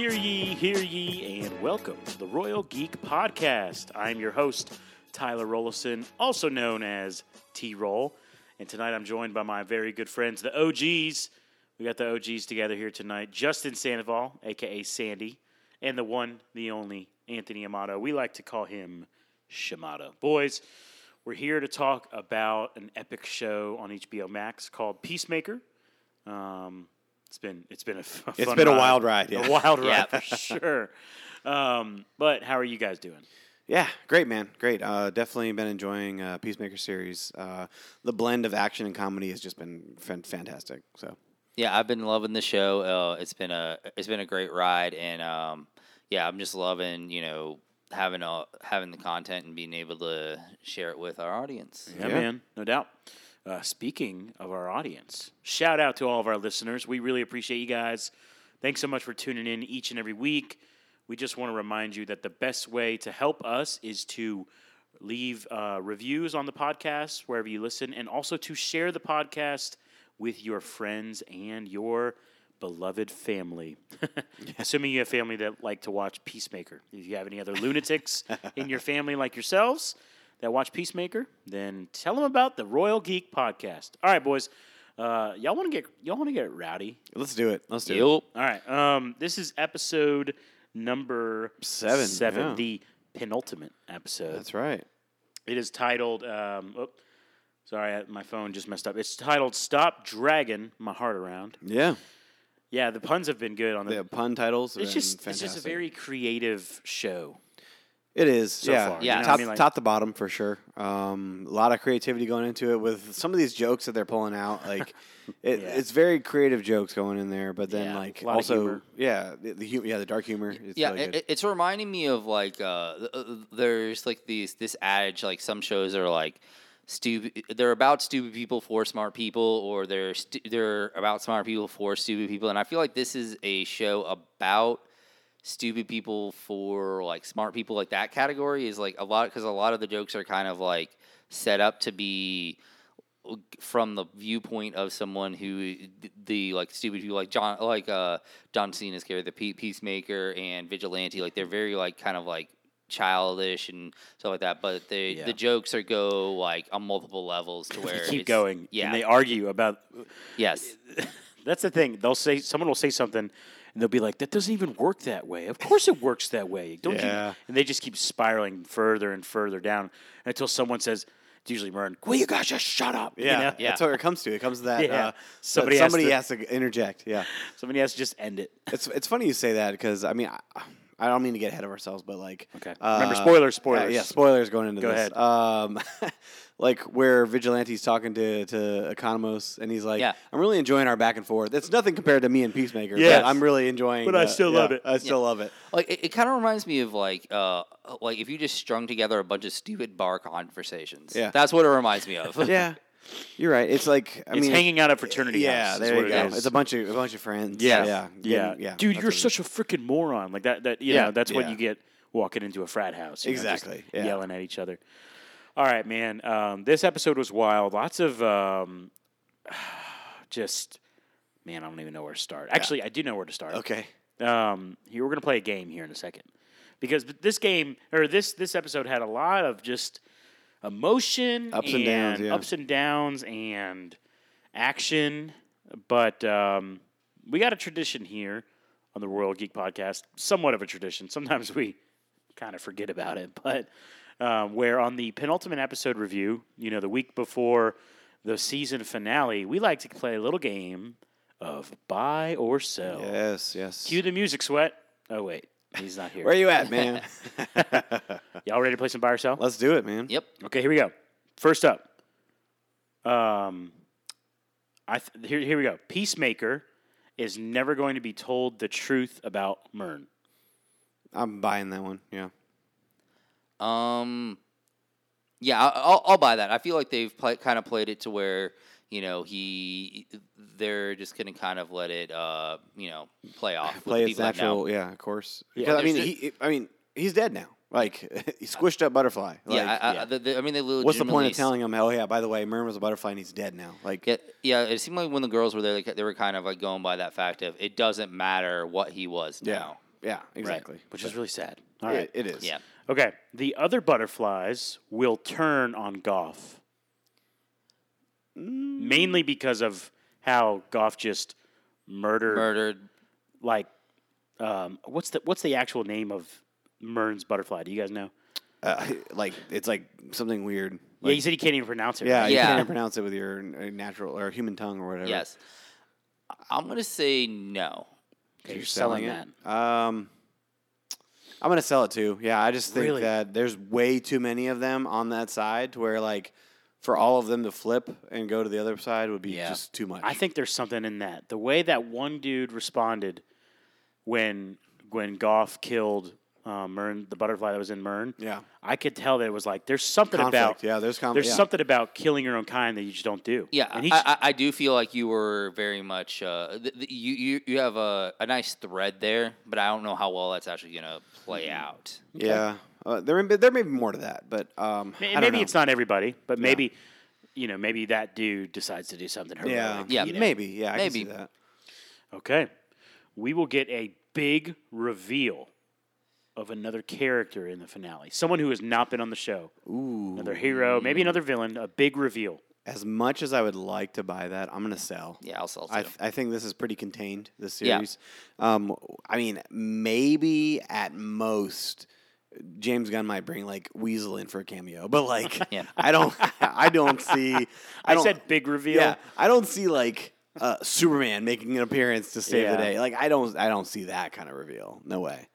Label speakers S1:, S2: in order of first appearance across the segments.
S1: Hear ye and welcome to the Royal Geek Podcast. I'm your host, Tyler Rollison, also known as T Roll. And tonight I'm joined by my very good friends, the OGs. We got the OGs together here tonight Justin Sandoval, aka Sandy, and the one, the only, Anthony Amato. We like to call him Shimada. Boys, we're here to talk about an epic show on HBO Max called Peacemaker. Um, it's been it's been a f- a
S2: It's
S1: fun
S2: been a
S1: ride.
S2: wild ride, yeah.
S1: a wild ride
S3: Yeah.
S1: for sure. Um, but how are you guys doing?
S2: Yeah, great man, great. Uh, definitely been enjoying uh, Peacemaker series. Uh, the blend of action and comedy has just been fan- fantastic. So
S3: Yeah, I've been loving the show. Uh, it's been a it's been a great ride, and um, yeah, I'm just loving you know having a, having the content and being able to share it with our audience.
S1: Yeah,
S2: Yeah.
S1: man, no doubt. Uh, speaking of our audience, shout out to all of our listeners. We really appreciate you guys. Thanks so much for tuning in each and every week. We just want to remind you that the best way to help us is to leave uh, reviews on the podcast wherever you listen, and also to share the podcast with your friends and your beloved family. Assuming you have family that like to watch Peacemaker. If you have any other lunatics in your family like yourselves, that watch Peacemaker, then tell them about the Royal Geek podcast. All right, boys, uh, y'all want to get y'all want to get rowdy.
S2: let's do it. Let's do it.
S3: Yup.
S1: All right, um, this is episode number
S2: Seven,
S1: seven,
S2: yeah.
S1: the penultimate episode.
S2: That's right.
S1: It is titled. Um, oh, sorry, I- my phone just messed up. It's titled "Stop Dragging My Heart Around."
S2: Yeah,
S1: Yeah, the puns have been good on the.
S2: the pun titles. Have
S1: it's
S2: been
S1: just
S2: fantastic.
S1: it's just a very creative show.
S2: It is, yeah,
S1: far, you
S3: Yeah. know what I
S2: top,
S1: mean? Like-
S2: top to bottom for sure. Um, a lot of creativity going into it with some of these jokes that they're pulling out. Like, it,
S1: Yeah.
S2: it's very creative jokes going in there, but then
S3: Yeah,
S2: like
S1: a lot of humor.
S2: also, yeah, the, the hu- yeah, the dark humor. It's
S3: yeah,
S2: really
S3: it-
S2: good.
S3: it, it's reminding me of like uh, th- uh, there's like these this adage like some shows are like stupid they're about stupid people for smart people or they're stu- they're about smart people for stupid people and I feel like this is a show about stupid people for like smart people like that category is like a lot because a lot of the jokes are kind of like set up to be from the viewpoint of someone who the, like stupid people like John like uh John Cena's character, the Pe- Peacemaker and Vigilante, like they're very like kind of like childish and stuff like that. But they
S2: Yeah.
S3: the jokes are go like on multiple levels to where
S1: They keep
S3: it's-
S1: going.
S3: Yeah.
S1: and they argue about.
S3: yes.
S1: That's the thing. They'll say someone will say something, and they'll be like, "That doesn't even work that way." Of course, it works that way. Don't
S2: Yeah.
S1: you? And they just keep spiraling further and further down until someone says, "It's usually Mern." Will you guys just shut up? You
S2: Yeah,
S1: know?
S3: Yeah.
S2: that's what it comes to. It comes to that.
S1: Yeah.
S2: Uh,
S1: Somebody
S2: somebody
S1: has
S2: somebody
S1: to-
S2: has, to... interject. Yeah,
S1: Somebody has to just end it.
S2: it's it's funny you say that because I mean I, I don't mean to get ahead of ourselves, but like uh,
S1: Okay. Remember, spoilers, spoilers.
S2: Yeah, yeah, spoilers going into
S1: Go
S2: this.
S1: ahead.
S2: Um, like where Vigilante's talking to to Economos, and he's like,
S3: Yeah.
S2: I'm really enjoying our back and forth. It's nothing compared to me and Peacemaker.
S1: Yes.
S2: but I'm really enjoying.
S1: But I
S2: uh,
S1: still
S2: yeah,
S1: love it.
S2: I still love it.
S3: Like it, it kind of reminds me of like uh like if you just strung together a bunch of stupid bar conversations.
S2: Yeah.
S3: That's what it reminds me of.
S2: Yeah, you're right. It's like I
S1: it's
S2: mean,
S1: hanging out at fraternity
S2: Yeah,
S1: house. is
S2: there
S1: what
S2: you
S1: it
S2: go.
S1: is.
S2: It's a bunch of a bunch of friends.
S1: Yeah.
S2: yeah,
S1: yeah,
S2: yeah.
S1: Dude,
S2: that's
S1: you're
S2: what it is.
S1: such a freaking moron. Like that. That you
S2: Yeah,
S1: know, that's what
S2: yeah.
S1: you get walking into a frat house. you know, just
S2: Exactly, yeah.
S1: Yelling at each other. All right, man. Um, this episode was wild. Lots of um, just man. I don't even know where to start. Actually, I do know where to start.
S2: okay.
S1: Um, here we're gonna play a game here in a second because this game or this this episode had a lot of just emotion,
S2: Ups and downs, yeah.
S1: ups and downs, and action. But um, we got a tradition here on the Royal Geek Podcast, somewhat of a tradition. Sometimes we kind of forget about it, but um, where on the penultimate episode review, you know, the week before the season finale, we like to play a little game of buy or sell.
S2: Yes, yes.
S1: Cue the music, Sweat. Oh wait, he's not here.
S2: Where you at, man?
S1: Y'all ready to play some buy or sell?
S2: Let's do it, man.
S3: Yep.
S1: Okay, here we go. First up, um, I th- here here we go. Peacemaker is never going to be told the truth about Mern.
S2: I'm buying that one. Yeah.
S3: Um, yeah, I- I'll, I'll buy that. I feel like they've play, kind of played it to where you know he they're just gonna kind of let it uh you know play off with
S2: Play
S3: the
S2: its
S3: people that know.
S2: natural, yeah, of course. Because I mean,
S3: There's the-
S2: he, I mean, he's dead now. Like he squished up butterfly. Like,
S3: yeah, I, I,
S1: yeah.
S3: The, the- I mean they legitimately.
S2: what's the point of telling him? Oh yeah, by the way, Mern was a butterfly and he's dead now. Like
S3: Yeah, yeah, it seemed like when the girls were there, they, ca- they were kind of like going by that fact of it doesn't matter what he was
S2: Yeah.
S3: now.
S2: Yeah, exactly.
S1: Which is really sad.
S2: All
S1: All right.
S2: right, it is.
S3: Yeah.
S1: Okay. The other butterflies will turn on Goff. Mainly because of how Goff just murdered,
S3: Murdered.
S1: like, um, what's the what's the actual name of Mern's butterfly? Do you guys know?
S2: Uh, like it's like something weird.
S1: yeah,
S2: Like,
S1: you said you can't even pronounce it.
S2: yeah,
S1: right?
S2: you
S3: Yeah.
S2: can't even pronounce it with your n- uh, natural or human tongue or whatever.
S3: Yes. I'm gonna say no.
S1: Okay, you're selling, that.
S2: that. Um, I'm gonna sell it too. Yeah, I just think
S1: Really?
S2: that there's way too many of them on that side to where like for all of them to flip and go to the other side would be
S3: Yeah.
S2: just too much.
S1: I think there's something in that. The way that one dude responded when when Goff killed uh, Mern, the butterfly that was in Mern,
S2: Yeah.
S1: I could tell that it was like there's something
S2: conflict.
S1: about
S2: yeah, there's conflict.
S1: there's something about killing your own kind that you just don't do.
S3: Yeah,
S1: and he's,
S3: I, I, I do feel like you were very much. Uh, th- th- you you you have a, a nice thread there, but I don't know how well that's actually gonna play
S2: Mm-hmm.
S3: out.
S2: Yeah, uh, there may- there may be more to that, but um, I
S1: and
S2: don't
S1: maybe
S2: know.
S1: it's not everybody, but maybe you know maybe that dude decides to do something heroic.
S2: Yeah,
S3: Yeah.
S1: you know.
S2: maybe. Yeah, I
S3: Maybe.
S2: can see that.
S1: Okay, we will get a big reveal of another character in the finale, someone who has not been on the show,
S2: Ooh,
S1: another hero, maybe another villain. A big reveal.
S2: as much as I would like to buy that, I'm gonna sell.
S3: Yeah, I'll sell
S2: I,
S3: too.
S2: th- I think this is pretty contained. This
S3: Yeah.
S2: series. Um, I mean, maybe at most, James Gunn might bring like Weasel in for a cameo, but like,
S3: Yeah.
S2: I don't, I don't see. I,
S1: I,
S2: don't-
S1: said big reveal.
S2: yeah, I don't see like uh, Superman making an appearance to save
S1: Yeah.
S2: the day. Like, I don't, I don't see that kind of reveal. No way.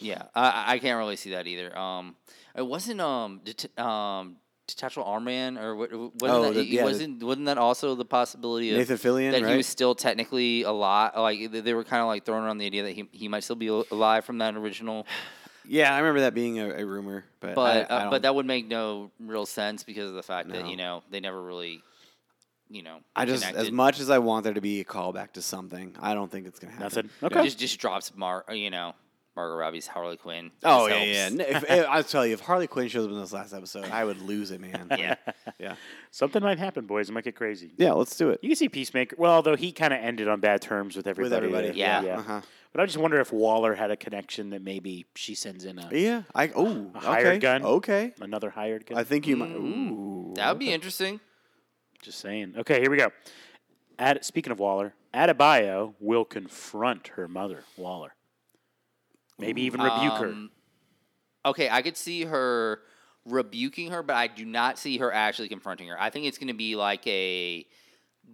S3: yeah, I- I, I can't really see that either. Um, it wasn't um det- um detachable armband or what? Wasn't
S2: Oh,
S3: that,
S2: the-
S3: it
S2: yeah, the-
S3: wasn't wasn't that also the possibility of
S2: Nathan Fillion,
S3: that
S2: right?
S3: he was still technically alive? Like they- they were kind of like throwing around the idea that he he might still be al- alive from that original.
S2: yeah, I remember that being a, a rumor, but
S3: but
S2: I, I
S3: uh,
S2: don't-
S3: but that would make no real sense because of the fact that
S2: No.
S3: you know they never really, you know,
S2: I just as
S3: connected.
S2: much as I want there to be a callback to something, I don't think it's gonna happen.
S1: Nothing.
S2: Yeah.
S1: Okay.
S3: just just drops Mar, you know, Margot Robbie's Harley Quinn.
S2: Oh
S3: This
S2: yeah, yeah.
S3: helps.
S2: N- If, if, I'll tell you, if Harley Quinn shows up in this last episode, I would lose it, man.
S3: yeah.
S2: yeah,
S1: Something might happen, boys. It might get crazy.
S2: yeah. Let's do it
S1: You can see Peacemaker. Well, although he kind of ended on bad terms with everybody.
S2: with everybody.
S3: Yeah.
S2: Uh-huh.
S1: But I just wonder if Waller had a connection that maybe she sends in a,
S2: Yeah. I. Oh.
S1: A hired
S2: Okay.
S1: gun.
S2: Okay.
S1: another hired guy.
S2: I think you might.
S3: Mm.
S2: Ooh.
S3: That would be interesting.
S1: Just saying. Okay, here we go. Ad, speaking of Waller, Adebayo will confront her mother, Waller. Maybe even rebuke
S3: Um, Okay, I could see her rebuking her, but I do not see her actually confronting her. I think it's going to be like a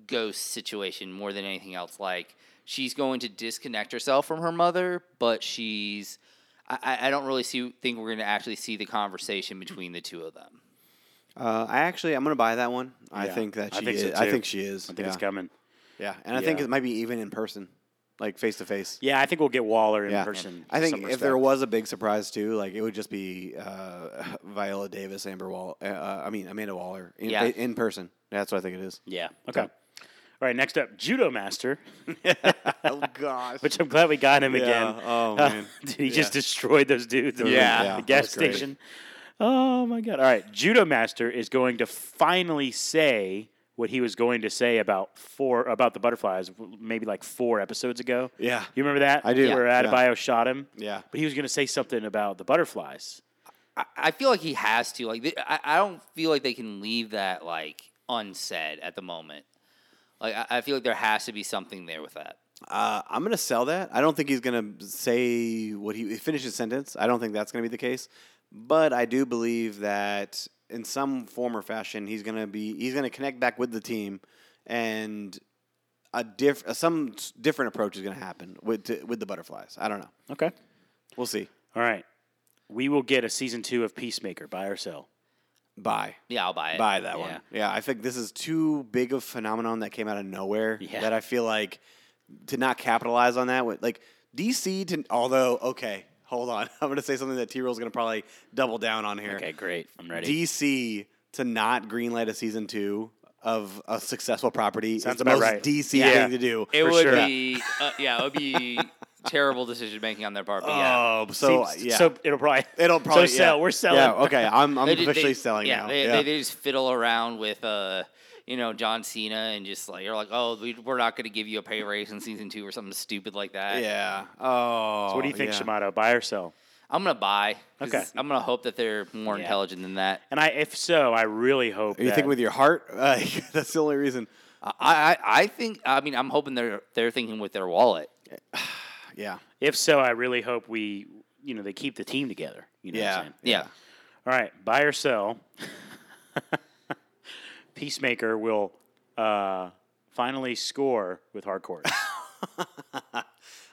S3: ghost situation more than anything else. Like she's going to disconnect herself from her mother, but she's. I- I, I don't really see think we're going to actually see the conversation between the two of them.
S2: Uh, I actually, I'm gonna buy that one. I
S1: Yeah.
S2: think that
S1: I
S2: she.
S1: think so,
S2: is, I
S1: too.
S2: think she is.
S1: her. I think
S2: yeah.
S1: it's coming.
S2: Yeah, and I think
S1: Yeah.
S2: it might be even in person, like face to face.
S1: Yeah, I think we'll get Waller in
S2: Yeah.
S1: person.
S2: I
S1: in
S2: think
S1: some
S2: if there
S1: respect.
S2: was a big surprise too, like it would just be uh, Viola Davis, Amber Wall. Uh, uh, I mean Amanda Waller in,
S3: Yeah.
S2: in person. That's what I think it is.
S1: Yeah. Okay. All right, next up, Judo Master,
S2: oh gosh.
S1: which I'm glad we got him again.
S2: Oh
S1: Uh,
S2: man.
S1: dude, he just destroyed those dudes. over
S2: Yeah.
S1: at
S2: Yeah,
S1: the
S2: that
S1: gas
S2: was great.
S1: station. Oh my god! All right, Judo Master is going to finally say what he was going to say about four about the butterflies, w- maybe like four episodes ago.
S2: Yeah.
S1: You remember that?
S2: I do.
S1: Where
S2: Yeah.
S1: Adebayo shot him.
S2: Yeah.
S1: But he was going to say something about the butterflies.
S3: I, I feel like he has to. Like th- I, I don't feel like they can leave that like unsaid at the moment. Like I, I feel like there has to be something there with that.
S2: Uh, I'm gonna sell that. I don't think he's gonna say what he finish his sentence. I don't think that's gonna be the case. But I do believe that in some form or fashion, he's gonna be he's gonna connect back with the team, and a diff some s- different approach is gonna happen with t- with the butterflies. I don't know.
S1: Okay.
S2: We'll see.
S1: All right. We will get a season two of Peacemaker by or sell.
S2: Bye.
S3: Yeah, I'll buy it.
S2: Buy that one.
S3: Eh, Yeah.
S2: Yeah, I think this is too big of phenomenon that came out of nowhere
S1: Yeah.
S2: that I feel like to not capitalize on that with like DC to although okay, hold on. I'm going to say something that T Roll's going to probably double down on here.
S1: Okay, great. I'm ready.
S2: DC to not greenlight a season 2 of a successful property
S1: Sounds
S2: is the
S1: about
S2: most
S1: right.
S2: DC
S1: Yeah.
S2: thing to do.
S3: It
S1: For
S3: would
S1: sure.
S3: be, uh, yeah, it would be terrible decision making on their part. But yeah,
S2: Oh, so
S1: Seems-
S2: yeah.
S1: so it'll probably
S2: It'll probably
S1: so sell.
S2: yeah.
S1: We're selling.
S2: Yeah, okay. I'm, I'm
S3: They ju- they-
S2: officially selling
S3: Yeah,
S2: now.
S3: They,
S2: yeah.
S3: They, they just fiddle around with, uh, you know John Cena and just like you're like, oh, we- we're not going to give you a pay raise in season two or something stupid like that.
S2: Yeah. Oh.
S1: So what do you think,
S2: yeah.
S1: Shimado? Buy or sell?
S3: I'm gonna buy. 'cause
S1: Okay.
S3: I'm gonna hope that they're more
S1: Yeah.
S3: intelligent than that.
S1: And I, if so, I really hope.
S2: Are you
S1: that-
S2: thinking with your heart? Uh, that's the only reason.
S3: I, I I think. I mean, I'm hoping they're they're thinking with their wallet.
S2: Yeah.
S1: If so, I really hope we, you know, they keep the team together. You know what
S2: Yeah.
S1: I'm saying?
S3: Yeah.
S1: All right, buy or sell. Peacemaker will uh, finally score with hardcore.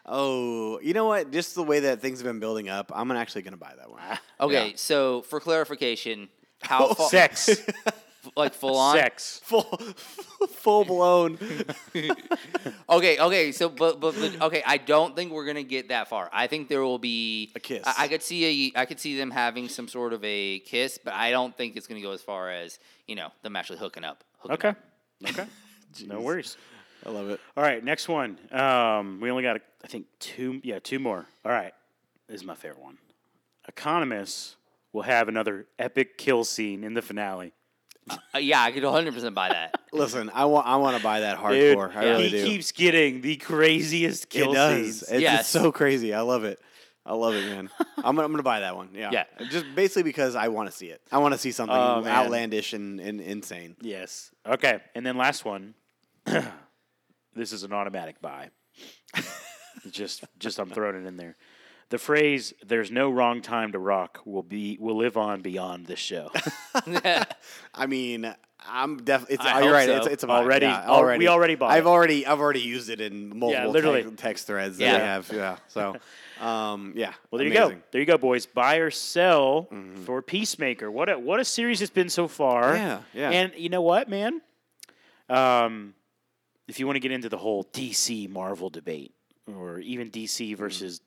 S2: Oh, you know what? Just the way that things have been building up, I'm actually going to buy that one.
S3: Okay. So for clarification, how fa-
S1: Sex.
S3: like full on
S1: Sex.
S2: full, full blown.
S3: Okay, okay, so but but but- okay, I don't think we're gonna get that far. I think there will be
S2: A kiss.
S3: I, I could see a I could see them having some sort of a kiss, but I don't think it's gonna go as far as you know them actually hooking up. hooking
S1: Okay.
S3: up.
S1: Okay. no worries.
S2: I love it.
S1: All right, next one. Um, we only got, I think, two. Yeah, two more. All right, this is my favorite one. Economists will have another epic kill scene in the finale.
S3: Uh, yeah, I could 100 percent buy that.
S2: Listen, I want I want to buy that
S1: Dude,
S2: hardcore. I
S3: yeah.
S2: really
S1: he
S2: do.
S1: keeps getting the craziest kill
S2: it does.
S1: scenes.
S2: It's,
S3: Yes.
S2: it's so crazy. I love it. I love it, man. I'm gonna, I'm gonna buy that one. Yeah.
S3: Yeah.
S2: Just basically because I want to see it. I want to see something
S1: Oh, man.
S2: outlandish and, and insane.
S1: Yes. Okay. And then last one. this is an automatic buy. just just I'm throwing it in there. The phrase "there's no wrong time to rock" will be will live on beyond this show.
S2: I mean, I'm definitely.
S3: I
S2: You're
S3: hope
S2: right.
S3: so.
S2: It's, it's a buy.
S1: Already-
S2: Yeah,
S1: al- we already bought
S2: I've
S1: it.
S2: already. I've already used it in multiple
S1: literally.
S2: text, text threads
S3: Yeah.
S2: that we have. Yeah. So, um, yeah.
S1: Well, there you go.
S2: Amazing. Mm-hmm.
S1: There you go, boys. Buy or sell for Peacemaker. What a what a series it's been so far.
S2: Yeah, yeah.
S1: And you know what, man? Um, if you want to get into the whole DC Marvel debate, or even DC
S2: Mm-hmm.
S1: versus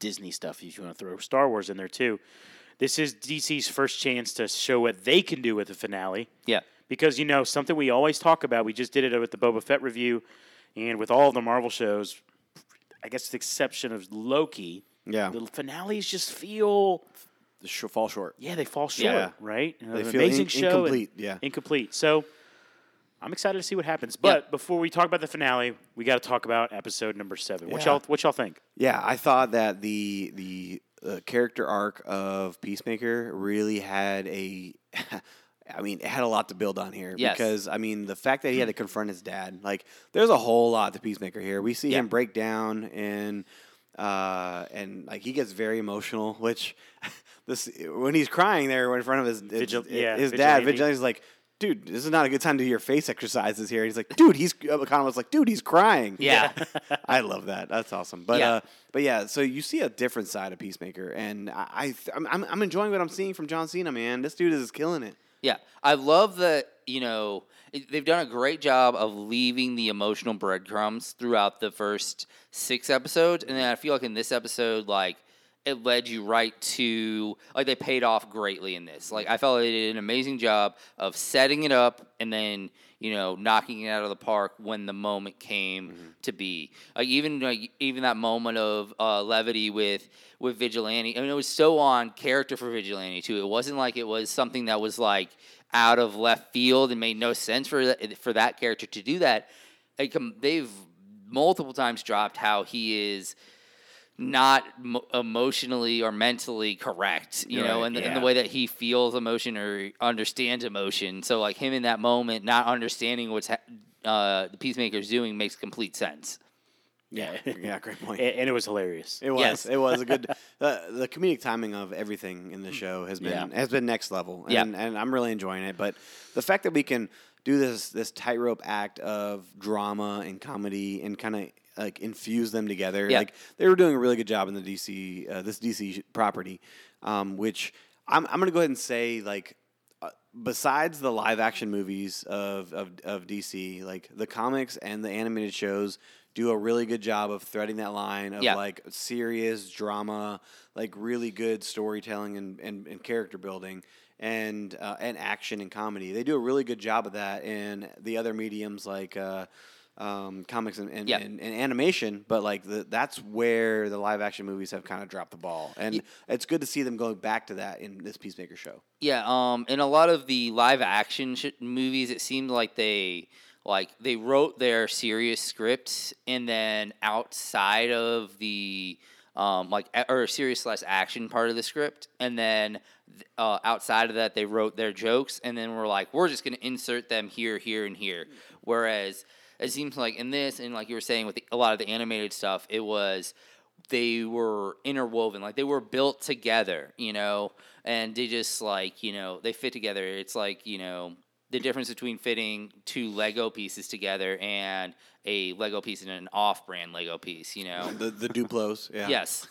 S1: Disney stuff, if you want to throw Star Wars in there too, this is DC's first chance to show what they can do with the finale
S3: Yeah,
S1: because you know something we always talk about. We just did it with the Boba Fett review, and with all of the Marvel shows, I guess with the exception of Loki.
S2: Yeah.
S1: the finales just feel
S2: Sh- fall short.
S1: yeah they fall short,
S2: Yeah.
S1: right? They
S2: feel in- incomplete, yeah.
S1: incomplete. So I'm excited to see what happens. But before we talk about the finale, we got to talk about episode number seven. What
S2: Yeah.
S1: y'all what y'all think?
S2: Yeah, I thought that the the uh, character arc of Peacemaker really had a. I mean, it had a lot to build on here
S3: Yes.
S2: because I mean, the fact that he had to
S1: Mm-hmm.
S2: confront his dad, like, there's a whole lot to Peacemaker here. We see him break down and uh, and like he gets very emotional, which this when he's crying there in front of his
S1: Vigil-
S2: his,
S1: yeah,
S2: his dad,
S1: vigilante.
S2: Vigilante's like. Dude, this is not a good time to do your face exercises here. He's like, dude, he's Economist like, dude, he's crying.
S3: Yeah.
S2: I love that. That's awesome. But
S3: Yeah.
S2: uh, but yeah, so you see a different side of Peacemaker, and I, I th- I'm- I'm I'm enjoying what I'm seeing from John Cena, man. This dude is killing it.
S3: yeah, I love that. You know, it- they've done a great job of leaving the emotional breadcrumbs throughout the first six episodes, and then I feel like in this episode, like. It led you right to like they paid off greatly in this. Like I felt they did an amazing job of setting it up and then you know knocking it out of the park when the moment came to be like even like even that moment of uh, levity with with vigilante i mean it was so on character for vigilante too it wasn't like it was something that was like out of left field and made no sense for that, for that character to do that like, um, they've multiple times dropped how he is not mo- emotionally or mentally correct, you know,
S2: Right,
S3: and the, and the
S1: yeah.
S3: way that he feels emotion or understands emotion. So, like him in that moment, not understanding what's ha- uh, the peacemaker's doing makes complete sense.
S1: Yeah,
S2: Yeah, great point.
S1: and, and it was hilarious.
S2: It was.
S3: Yes.
S2: It was a good. Uh, the comedic timing of everything in the show has been has been next level, and
S3: Yeah.
S2: and I'm really enjoying it. But the fact that we can do this this tightrope act of drama and comedy and kind of like infuse them together,
S3: Yeah.
S2: like they were doing a really good job in the DC uh, this DC property, um, which I'm I'm gonna go ahead and say like uh, besides the live action movies of, of, of DC, like the comics and the animated shows do a really good job of threading that line of
S3: Yeah.
S2: like serious drama, like really good storytelling and, and, and character building and uh, and action and comedy. They do a really good job of that in the other mediums like uh, um, comics and, and,
S3: Yeah.
S2: and, and animation, but like the, that's where the live action movies have kind of dropped the ball, and it's good to see them going back to that in this Peacemaker show.
S3: Yeah, um, in a lot of the live action sh- movies, it seemed like they like they wrote their serious scripts, and then outside of the um, like a- or serious slash action part of the script, and then th- uh, outside of that, they wrote their jokes, and then we're like, we're just gonna insert them here, here, and here. Whereas it seems like in this, and like you were saying with the, a lot of the animated stuff, it was they were interwoven like they were built together you know and they just like you know they fit together it's like you know the difference between fitting two lego pieces together and a lego piece and an off-brand lego piece you know
S2: The the Duplos, yeah,
S3: yes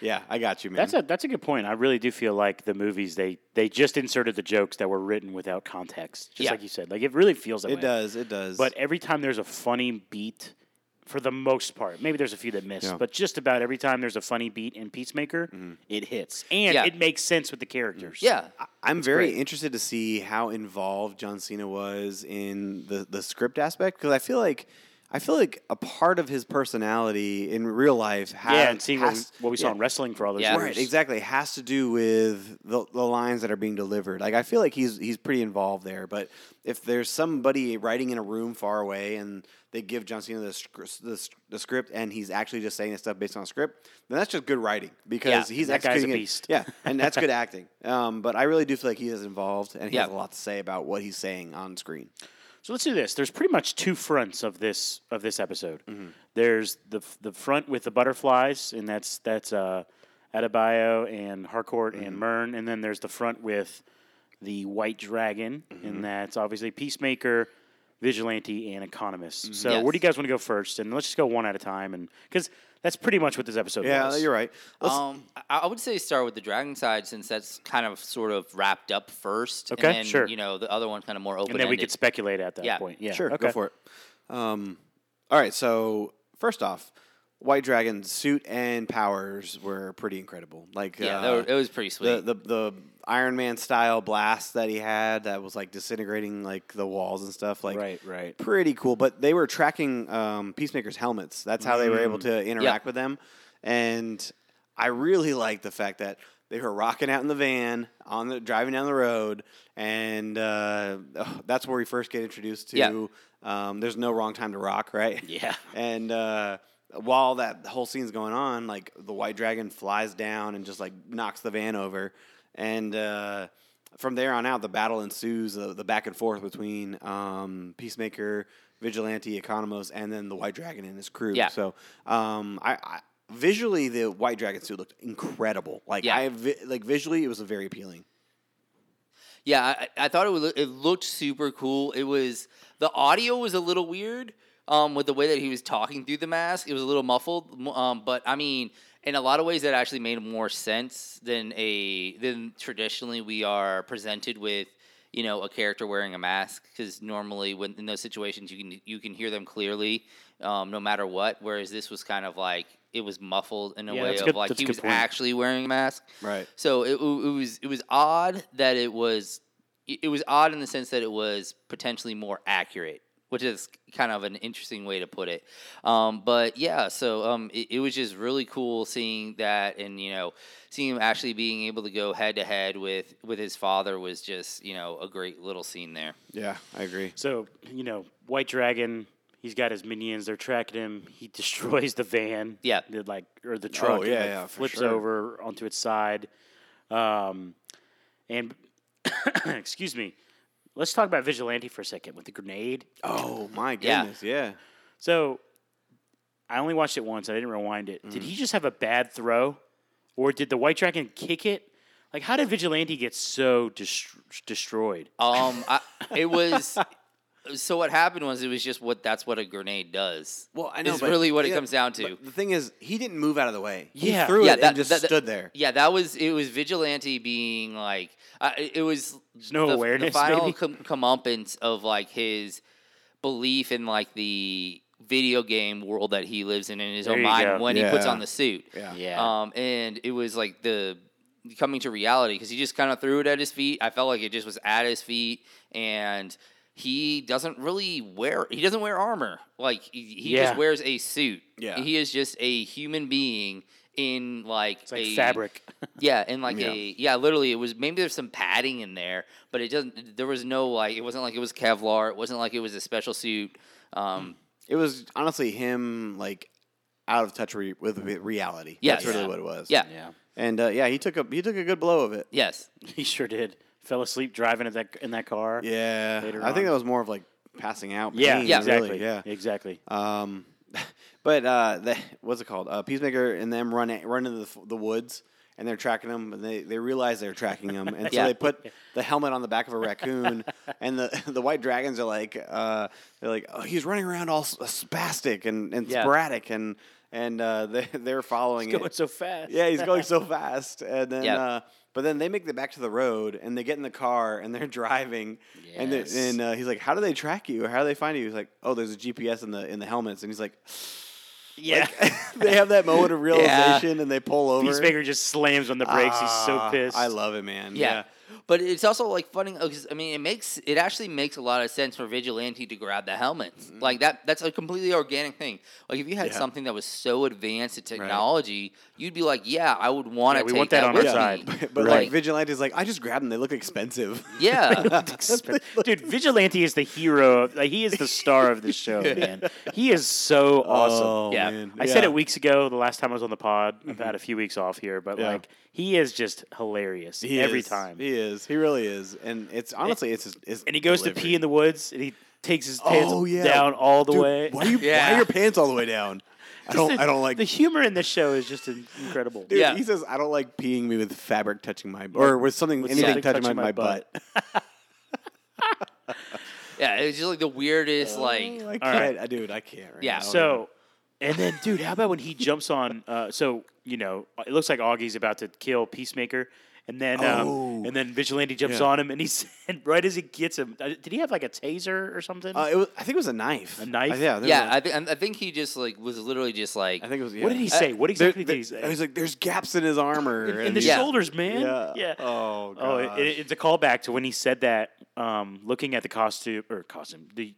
S2: yeah, I got you, man.
S1: That's a that's a good point. I really do feel like the movies they they just inserted the jokes that were written without context, just
S3: Yeah.
S1: like you said. Like it really feels that
S2: it
S1: way.
S2: does, it does,
S1: But every time there's a funny beat, for the most part, maybe there's a few that miss,
S2: Yeah. Mm-hmm.
S1: but just about every time there's a funny beat in Peacemaker, it hits and
S3: Yeah.
S1: it makes sense with the characters.
S3: yeah
S2: I'm very
S1: great.
S2: interested to see how involved John Cena was in the, the script aspect because I feel like I feel like a part of his personality in real life has
S1: yeah, and seeing what we,
S2: has-
S1: what we saw
S2: yeah.
S1: in wrestling for all those
S3: Yeah.
S1: years,
S2: Right, exactly. It has to do with the, the lines that are being delivered. Like I feel like he's he's pretty involved there. But if there's somebody writing in a room far away and they give John Cena the, scr- the, sc- the script and he's actually just saying the stuff based on a script, then that's just good writing because
S1: Yeah,
S2: he's
S1: that guy's a
S2: executing it-
S1: beast.
S2: Yeah, and that's good acting. Um, but I really do feel like he is involved and he has
S3: Yeah.
S2: a lot to say about what he's saying on screen.
S1: So let's do this. There's pretty much two fronts of this of this episode.
S2: Mm-hmm.
S1: There's the the front with the butterflies, and that's that's uh, Adebayo and Harcourt
S2: Mm-hmm.
S1: and Myrn, and then there's the front with the White Dragon,
S2: Mm-hmm.
S1: and that's obviously Peacemaker, Vigilante, and
S2: Mm-hmm.
S1: Economist. So where do you
S3: Yes.
S1: guys want to go first? And let's just go one at a time, and because that's pretty much what this episode.
S2: Yeah,
S1: was.
S2: you're right. Let's-
S3: um, I I would say start with the dragon side since that's kind of sort of wrapped up first.
S1: Okay,
S3: and then,
S1: sure.
S3: You know, the other one kind of more open.
S1: And then we could speculate at that
S3: Yeah.
S1: point. Yeah,
S2: Sure,
S1: Okay.
S2: go for it. Um, all right, so first off, White Dragon's suit and powers were pretty incredible. Like
S3: Yeah,
S2: uh,
S3: that was- it was pretty sweet.
S2: the, the the Iron Man style blast that he had that was like disintegrating like the walls and stuff. Like
S1: Right, right.
S2: pretty cool. But they were tracking um, Peacemaker's helmets. That's how they were
S3: Mm.
S2: able to interact with them. And I really like the fact that they were rocking out in the van on the driving down the road, and uh, that's where we first get introduced to.
S3: Yeah.
S2: Um, there's no wrong time to rock, right?
S1: Yeah.
S2: And uh, while that whole scene's going on, like the white dragon flies down and just like knocks the van over. And uh, from there on out, the battle ensues uh, the, the back and forth between um, Peacemaker, Vigilante, Economos, and then the white dragon and his crew.
S3: Yeah.
S2: So um, I. I Visually, the White Dragon suit looked incredible. Like
S3: Yeah.
S2: I, vi- like visually, it was very appealing.
S3: Yeah, I, I I thought it was, it looked super cool. It was the audio was a little weird um, with the way that he was talking through the mask. It was a little muffled, m- um, but I mean, in a lot of ways, that actually made more sense than a than traditionally we are presented with. You know, a character wearing a mask because normally when in those situations you can you can hear them clearly, um, no matter what. Whereas this was kind of like it was muffled in a
S1: Yeah,
S3: way
S1: that's
S3: of
S1: good-
S3: like
S1: that's a
S3: he
S1: good
S3: was
S1: point.
S3: actually wearing a mask.
S2: Right.
S3: So it, it was it was odd that it was it it was odd in the sense that it was potentially more accurate, which is kind of an interesting way to put it. Um, but yeah, so um, it, it was just really cool seeing that, and you know, seeing him actually being able to go head to head with with his father was just you know a great little scene there.
S2: Yeah, I agree.
S1: So, you know, White Dragon, he's got his minions, they're tracking him. He destroys the van.
S3: Yeah.
S1: The, like or the truck. it,
S2: Oh, yeah,
S1: like,
S2: yeah, for
S1: flips
S2: sure.
S1: over onto its side. Um and excuse me. Let's talk about Vigilante for a second with the grenade.
S2: Oh my
S3: Yeah.
S2: goodness, yeah.
S1: So I only watched it once. I didn't rewind it.
S2: Mm-hmm.
S1: Did he just have a bad throw? Or did the White Dragon kick it? Like, how did Vigilante get so dest- destroyed?
S3: Um, I, it was. So what happened was it was just what that's what a grenade does.
S2: Well, I
S3: is
S2: know but-
S3: really what it
S2: yeah,
S3: comes down
S2: but
S3: to.
S2: The thing is, he didn't move out of the way. He
S1: Yeah.
S2: threw
S3: Yeah,
S2: it
S3: that-
S2: and just
S3: that- that-
S2: stood there.
S3: Yeah, that was it. Was vigilante being like uh, it was
S1: no
S3: the,
S1: awareness,
S3: The final
S1: maybe?
S3: com- comeuppance of like his belief in like the video game world that he lives in in his
S1: There
S3: own
S1: you
S3: mind
S1: go.
S3: when he puts
S2: Yeah.
S3: on the suit.
S2: Yeah.
S3: Um, and it was like the coming to reality because he just kind of threw it at his feet. I felt like it just was at his feet, and he doesn't really wear he doesn't wear armor. Like he, he
S1: Yeah.
S3: just wears a suit.
S2: Yeah.
S3: He is just a human being in like
S1: It's like
S3: a
S1: fabric.
S3: Yeah, and like
S2: Yeah.
S3: a yeah, literally it was maybe there's some padding in there, but it doesn't there was no like it wasn't like it was Kevlar, it wasn't like it was a special suit.
S1: Hmm.
S3: Um
S2: It was honestly him like out of touch re- with re- reality.
S3: Yes.
S2: That's really
S3: Yeah.
S2: what it was.
S3: yeah.
S1: yeah,
S2: And uh, yeah, he took a he took a good blow of it.
S3: Yes.
S1: he sure did. Fell asleep driving at that in that car.
S2: Yeah.
S1: Later
S2: I
S1: on.
S2: think that was more of like passing out.
S1: yeah,
S2: pain,
S3: Yeah.
S1: exactly.
S2: Really. Yeah.
S1: exactly.
S2: Um, but uh, the, what's it called? Uh, Peacemaker and them run run into the, f- the woods, and they're tracking them. And they, they realize they're tracking them, and so
S3: Yeah.
S2: they put the helmet on the back of a raccoon. and the the white dragons are like, uh, they're like, oh, he's running around all s- spastic and, and
S1: Yeah.
S2: sporadic, and and uh, they they're following
S1: Going
S2: it.
S1: so fast.
S2: Yeah, he's going so fast, and then
S3: Yeah.
S2: uh, but then they make it back to the road, and they get in the car, and they're driving, and they're,
S3: Yes.
S2: and uh, he's like, "How do they track you? How do they find you?" He's like, "Oh, there's a GPS in the in the helmets," and he's like,
S1: yeah.
S2: "They have that moment of realization, and they pull over."
S1: Peacemaker just slams on the brakes. he's so
S2: Ah,
S1: pissed.
S2: I love it, man.
S3: Yeah. But it's also like funny because I mean it makes it actually makes a lot of sense for vigilante to grab the helmets like that. That's a completely organic thing. Like if you had
S2: Yeah.
S3: something that was so advanced in technology, you'd be like, yeah, I would want
S1: Yeah,
S3: to.
S1: we
S3: take
S1: want that
S3: that
S1: on our
S3: with me.
S1: side.
S2: But, but
S3: Right.
S2: like vigilante is like, I just grabbed them. They look expensive.
S3: Yeah,
S1: Expen- Dude, Vigilante is the hero. Of, like, he is the star of this show, man. He is so awesome.
S2: Oh,
S3: Yeah.
S2: man.
S1: I
S2: Yeah.
S1: said
S2: Mm-hmm.
S1: it weeks ago, the last time I was on the pod. I've had a few weeks off here, but
S2: Yeah.
S1: like he is just hilarious
S2: He
S1: every
S2: is.
S1: time.
S2: He is. He really is. And it's honestly, it's, his- it's
S1: and he goes to pee in the woods and he takes his pants down all the
S2: Oh, Dude,
S1: way.
S2: Why, are you, why
S3: Yeah.
S2: are your pants all the way down? I
S1: Just
S2: don't.
S1: the-
S2: I don't like.
S1: the humor in this show is just in- incredible.
S2: Dude,
S3: Yeah.
S2: he says I don't like peeing me with fabric touching my or with something
S1: With
S2: anything
S1: something
S2: touching,
S1: touching
S2: my, my
S1: my
S2: butt.
S3: yeah. It's just like the weirdest. Like
S2: Oh, I can't,
S1: right.
S2: I- dude. I can't. Right
S3: Yeah.
S2: now.
S1: So, and then, dude, how about when he jumps on? Uh, so you know, it looks like Augie's about to kill Peacemaker, and then um,
S2: Oh.
S1: and then Vigilante jumps
S2: Yeah.
S1: on him, and he's and right as he gets him, uh, did he have like a taser or something?
S2: uh, it was, I think it was a knife.
S1: A knife?
S2: Uh, yeah. there
S3: yeah,
S2: was a-
S3: I think I think he just like was literally just like
S2: I think it was. Yeah.
S1: what did he say? what
S2: There-
S1: exactly
S2: there-
S1: did he say?
S2: He's like, there's gaps in his armor
S1: in the
S2: he's-
S3: Yeah.
S1: shoulders, man.
S2: Yeah.
S1: yeah.
S2: Oh. Gosh.
S1: Oh, it, it- it's a callback to when he said that. Um, looking at the costume or costume, the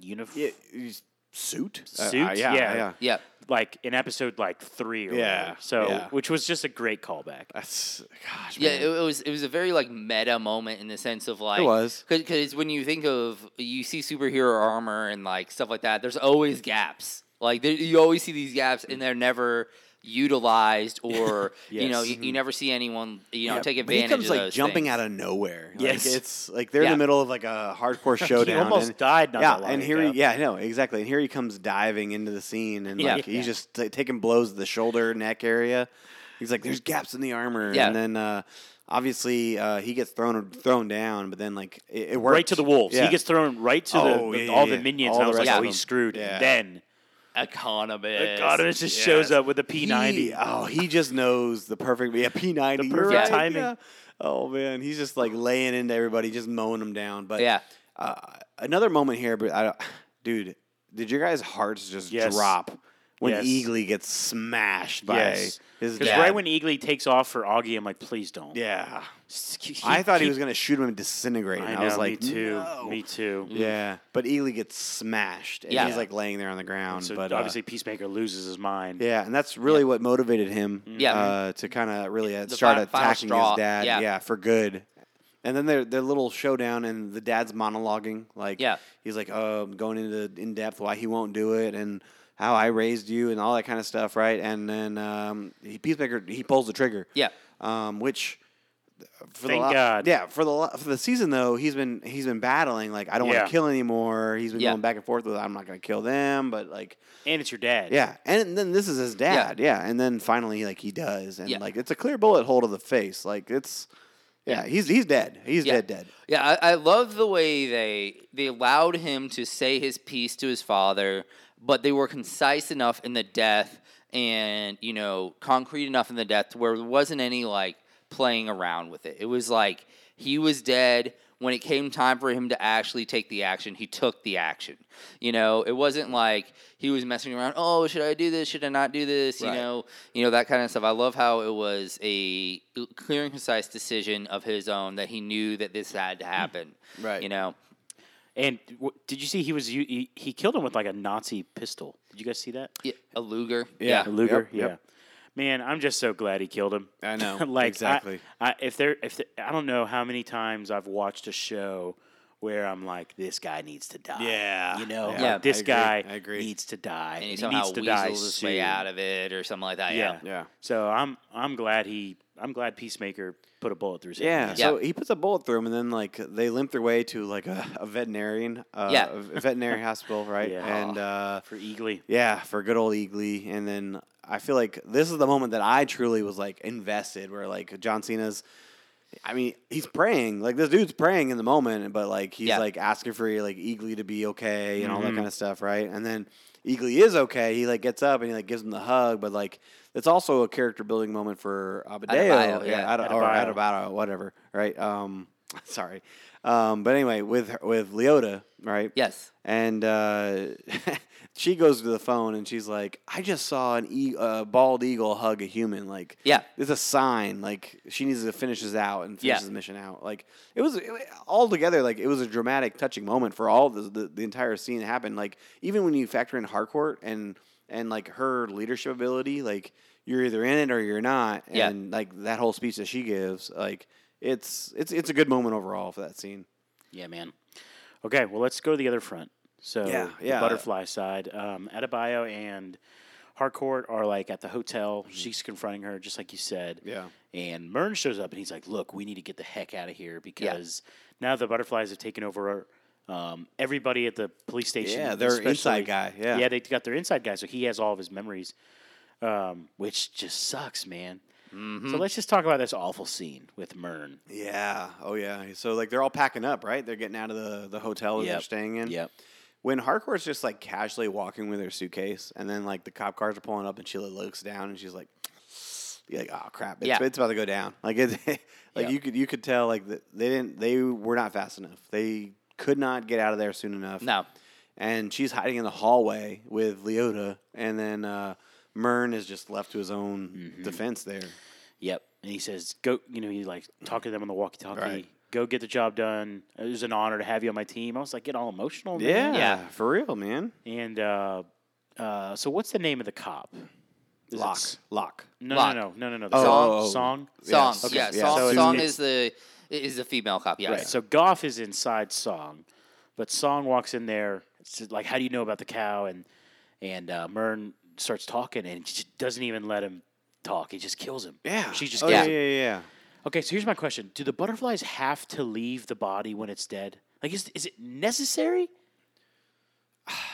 S1: uniform,
S2: Yeah, he's- suit. Uh,
S1: Suit?
S2: uh, yeah.
S1: Yeah.
S2: Yeah.
S3: yeah.
S1: like in episode like three. Or
S2: Yeah,
S1: whatever. So,
S2: yeah.
S1: which was just a great callback.
S2: That's gosh.
S3: Yeah,
S2: man.
S3: it, it was it was a very like meta moment in the sense of like
S2: was.
S3: because when you think of you see superhero armor and like stuff like that, there's always gaps. Like there, you always see these gaps, and they're never utilized, or you know, you,
S1: Yes.
S3: you never see anyone you know
S2: Mm-hmm. Yeah,
S3: take
S2: but
S3: advantage
S2: He comes
S3: of
S2: like
S3: those
S2: jumping
S3: things.
S2: out of nowhere. Like,
S1: Yes.
S2: it's like they're in
S3: Yeah.
S2: the middle of like a hardcore showdown.
S1: almost
S2: and-
S1: died not
S2: yeah,
S1: that long
S2: and here,
S1: ago.
S2: He, yeah, I know exactly. And here he comes diving into the scene, and
S3: Yeah.
S2: like
S1: Yeah.
S2: he's just t- taking blows to the shoulder, neck area. He's like, "There's gaps in the armor,"
S3: Yeah.
S2: and then uh, obviously uh, he gets thrown thrown down, but then like it, it works
S1: Right to the wolves.
S2: Yeah.
S1: He gets thrown right to
S2: Oh,
S1: the, the-
S2: yeah,
S1: all
S2: yeah,
S1: the
S2: yeah.
S1: minions.
S2: All
S1: and I
S2: the
S1: was like,
S3: rest
S1: oh,
S3: of
S1: he's
S2: them.
S1: screwed.
S2: Yeah.
S1: Then
S3: Economist.
S1: Economist just shows up with a P ninety.
S2: He, oh, he just knows the perfect yeah P ninety
S1: The perfect timing.
S2: Oh man, he's just like laying into everybody, just mowing them down. But
S3: Yeah.
S2: uh, another moment here, but I, don't- dude, did your guys' hearts just
S1: Yes.
S2: drop when
S1: Yes.
S2: Eagley gets smashed by
S1: Yes,
S2: his
S1: because
S2: dad?
S1: right when Eagly takes off for Augie, I'm like, please don't.
S2: yeah,
S1: He-
S2: I thought he
S1: keep-
S2: was gonna shoot him and disintegrate.
S1: I
S2: and
S1: know.
S2: I was like,
S1: me too.
S2: "No."
S1: Me too.
S2: Yeah, but Eagley gets smashed, and
S3: Yeah.
S2: he's like laying there on the ground.
S1: So
S2: but uh,
S1: obviously, Peacemaker loses his mind.
S2: Yeah, and that's really what motivated him.
S3: Mm-hmm. Yeah.
S2: uh, to kind of really uh,
S3: The
S2: start
S3: fi- final
S2: attacking
S3: straw.
S2: his dad.
S3: Yeah.
S2: Yeah. for good. And then their their little showdown, and the dad's monologuing. Like,
S3: Yeah.
S2: he's like, "Oh, I'm going into in depth why he won't do it, and how I raised you, and all that kind of stuff, right?" And then um, he peacemaker he pulls the trigger.
S3: Yeah.
S2: um, which. For
S1: Thank
S2: the la-
S1: God.
S2: Yeah, for the la- for the season though, he's been he's been battling like I don't
S1: Yeah.
S2: want to kill anymore. He's been
S3: Yeah.
S2: going back and forth with I'm not going to kill them, but like
S1: And it's your dad.
S2: yeah, and then this is his
S3: Yeah.
S2: dad. Yeah, and then finally, like he does, and
S3: Yeah.
S2: like it's a clear bullet hole to the face. Like it's, yeah, he's he's dead. He's
S3: Yeah.
S2: dead, dead.
S3: Yeah, I, I love the way they they allowed him to say his piece to his father, but they were concise enough in the death and you know concrete enough in the death to where there wasn't any like playing around with it. It was like he was dead. When it came time for him to actually take the action, he took the action. You know, it wasn't like he was messing around. Oh, should I do this? Should I not do this? You
S2: Right.
S3: know, you know that kind of stuff. I love how it was a clear and concise decision of his own that he knew that this had to happen.
S2: Right.
S3: You know.
S1: And w- did you see he was u- he, he killed him with like a Nazi pistol? Did you guys see that?
S3: Yeah, a Luger.
S2: Yeah.
S1: A Luger.
S2: Yep, yep.
S1: Yeah. Man, I'm just so glad he killed him.
S2: I know.
S1: like I-
S2: Exactly.
S1: I, if there, if the I don't know how many times I've watched a show where I'm like, this guy needs to die.
S2: Yeah.
S1: You know,
S2: Yeah.
S1: like,
S3: I
S1: this
S2: agree.
S1: guy
S2: I agree.
S1: needs to die,
S3: and he
S1: and
S3: somehow
S1: needs to die
S3: weasels his way
S1: soon.
S3: out of it or something like that.
S1: Yeah.
S3: Yeah.
S2: Yeah.
S1: So I'm I'm glad he I'm glad Peacemaker put a bullet through his
S2: Yeah,
S1: head.
S2: so he puts a bullet through him, and then like they limp their way to like a, a veterinarian, uh,
S3: Yeah.
S2: a veterinary hospital, right?
S1: Yeah.
S2: And uh,
S1: for Eagly.
S2: yeah, for good old Eagly. And then I feel like this is the moment that I truly was like invested, where like John Cena's, I mean, he's praying, like this dude's praying in the moment, but like he's
S3: Yeah. Mm-hmm.
S2: like asking for like Eagly to be okay and all that kind of stuff, right? And then Eagly is okay. He like gets up and he like gives him the hug, but like it's also a character building moment for Abadeo,
S3: Adebayo, yeah.
S2: Ade- or
S1: Adebayo.
S2: Adebayo, whatever, right? Um, sorry, um, but anyway, with with Leota, right?
S3: Yes.
S2: And uh, she goes to the phone and she's like, "I just saw an e- uh, bald eagle hug a human. Like,
S3: Yeah.
S2: it's a sign. Like, she needs to finish this out and finish
S3: Yeah.
S2: the mission out. Like, it was it, all together. Like, it was a dramatic, touching moment for all the, the the entire scene that happened. Like, even when you factor in Harcourt and and like her leadership ability, like you're either in it or you're not.
S3: Yeah.
S2: And like that whole speech that she gives, like it's it's it's a good moment overall for that scene.
S1: Yeah, man. Okay, well, let's go to the other front. So
S2: Yeah,
S1: the
S2: yeah.
S1: butterfly side. Um, Adebayo and Harcourt are like at the hotel. She's confronting her, just like you said.
S2: Mm-hmm. Yeah.
S1: And Mern shows up and he's like, "Look, we need to get the heck out of here because now the butterflies have taken over." Um, everybody at the police station.
S2: Yeah, their inside
S1: especially-
S2: guy, yeah.
S1: yeah, they got their inside guy, so he has all of his memories, um, which just sucks, man.
S2: Mm-hmm.
S1: So let's just talk about this awful scene with Mern.
S2: Yeah. Oh yeah. So like they're all packing up, right? They're getting out of the the hotel that they're
S1: Yep.
S2: staying in.
S1: Yep.
S2: When Harcourt's just like casually walking with her suitcase, and then like the cop cars are pulling up, and Sheila looks down, and she's like, "You're like, oh crap, it's,
S3: Yeah.
S2: it's about to go down." Like it, like
S1: Yep.
S2: you could you could tell like th- they didn't they were not fast enough. They could not get out of there soon enough.
S3: No.
S2: And she's hiding in the hallway with Leota, and then uh, Mern is just left to his own defense there.
S1: Yep. And he says, "Go." You know, he like talking to them on the walkie-talkie.
S2: Right.
S1: Go get the job done. It was an honor to have you on my team. I was like, get all emotional.
S2: Yeah,
S1: man.
S2: yeah, for real, man.
S1: And uh, uh, so, what's the name of the cop? Is it
S2: Lock,
S1: S-
S2: lock.
S1: No,
S3: Lock.
S1: no, no, no, no, no. The
S2: Oh,
S1: song.
S2: oh, oh.
S1: Song.
S3: Song.
S2: Yes. Okay.
S3: Yeah.
S2: Yeah,
S3: Song,
S2: so it's-
S3: song
S1: it's-
S3: is the is the female cop. Yes.
S1: Right. So Goff is inside Song, but Song walks in there. It's like, how do you know about the cow? And and uh, Mern starts talking, and she just doesn't even let him talk. He just kills him.
S2: Yeah.
S1: She just
S2: oh,
S1: kills
S2: yeah,
S1: him.
S2: yeah, yeah, yeah.
S1: Okay, so here's my question: Do the butterflies have to leave the body when it's dead? Like, is is it necessary?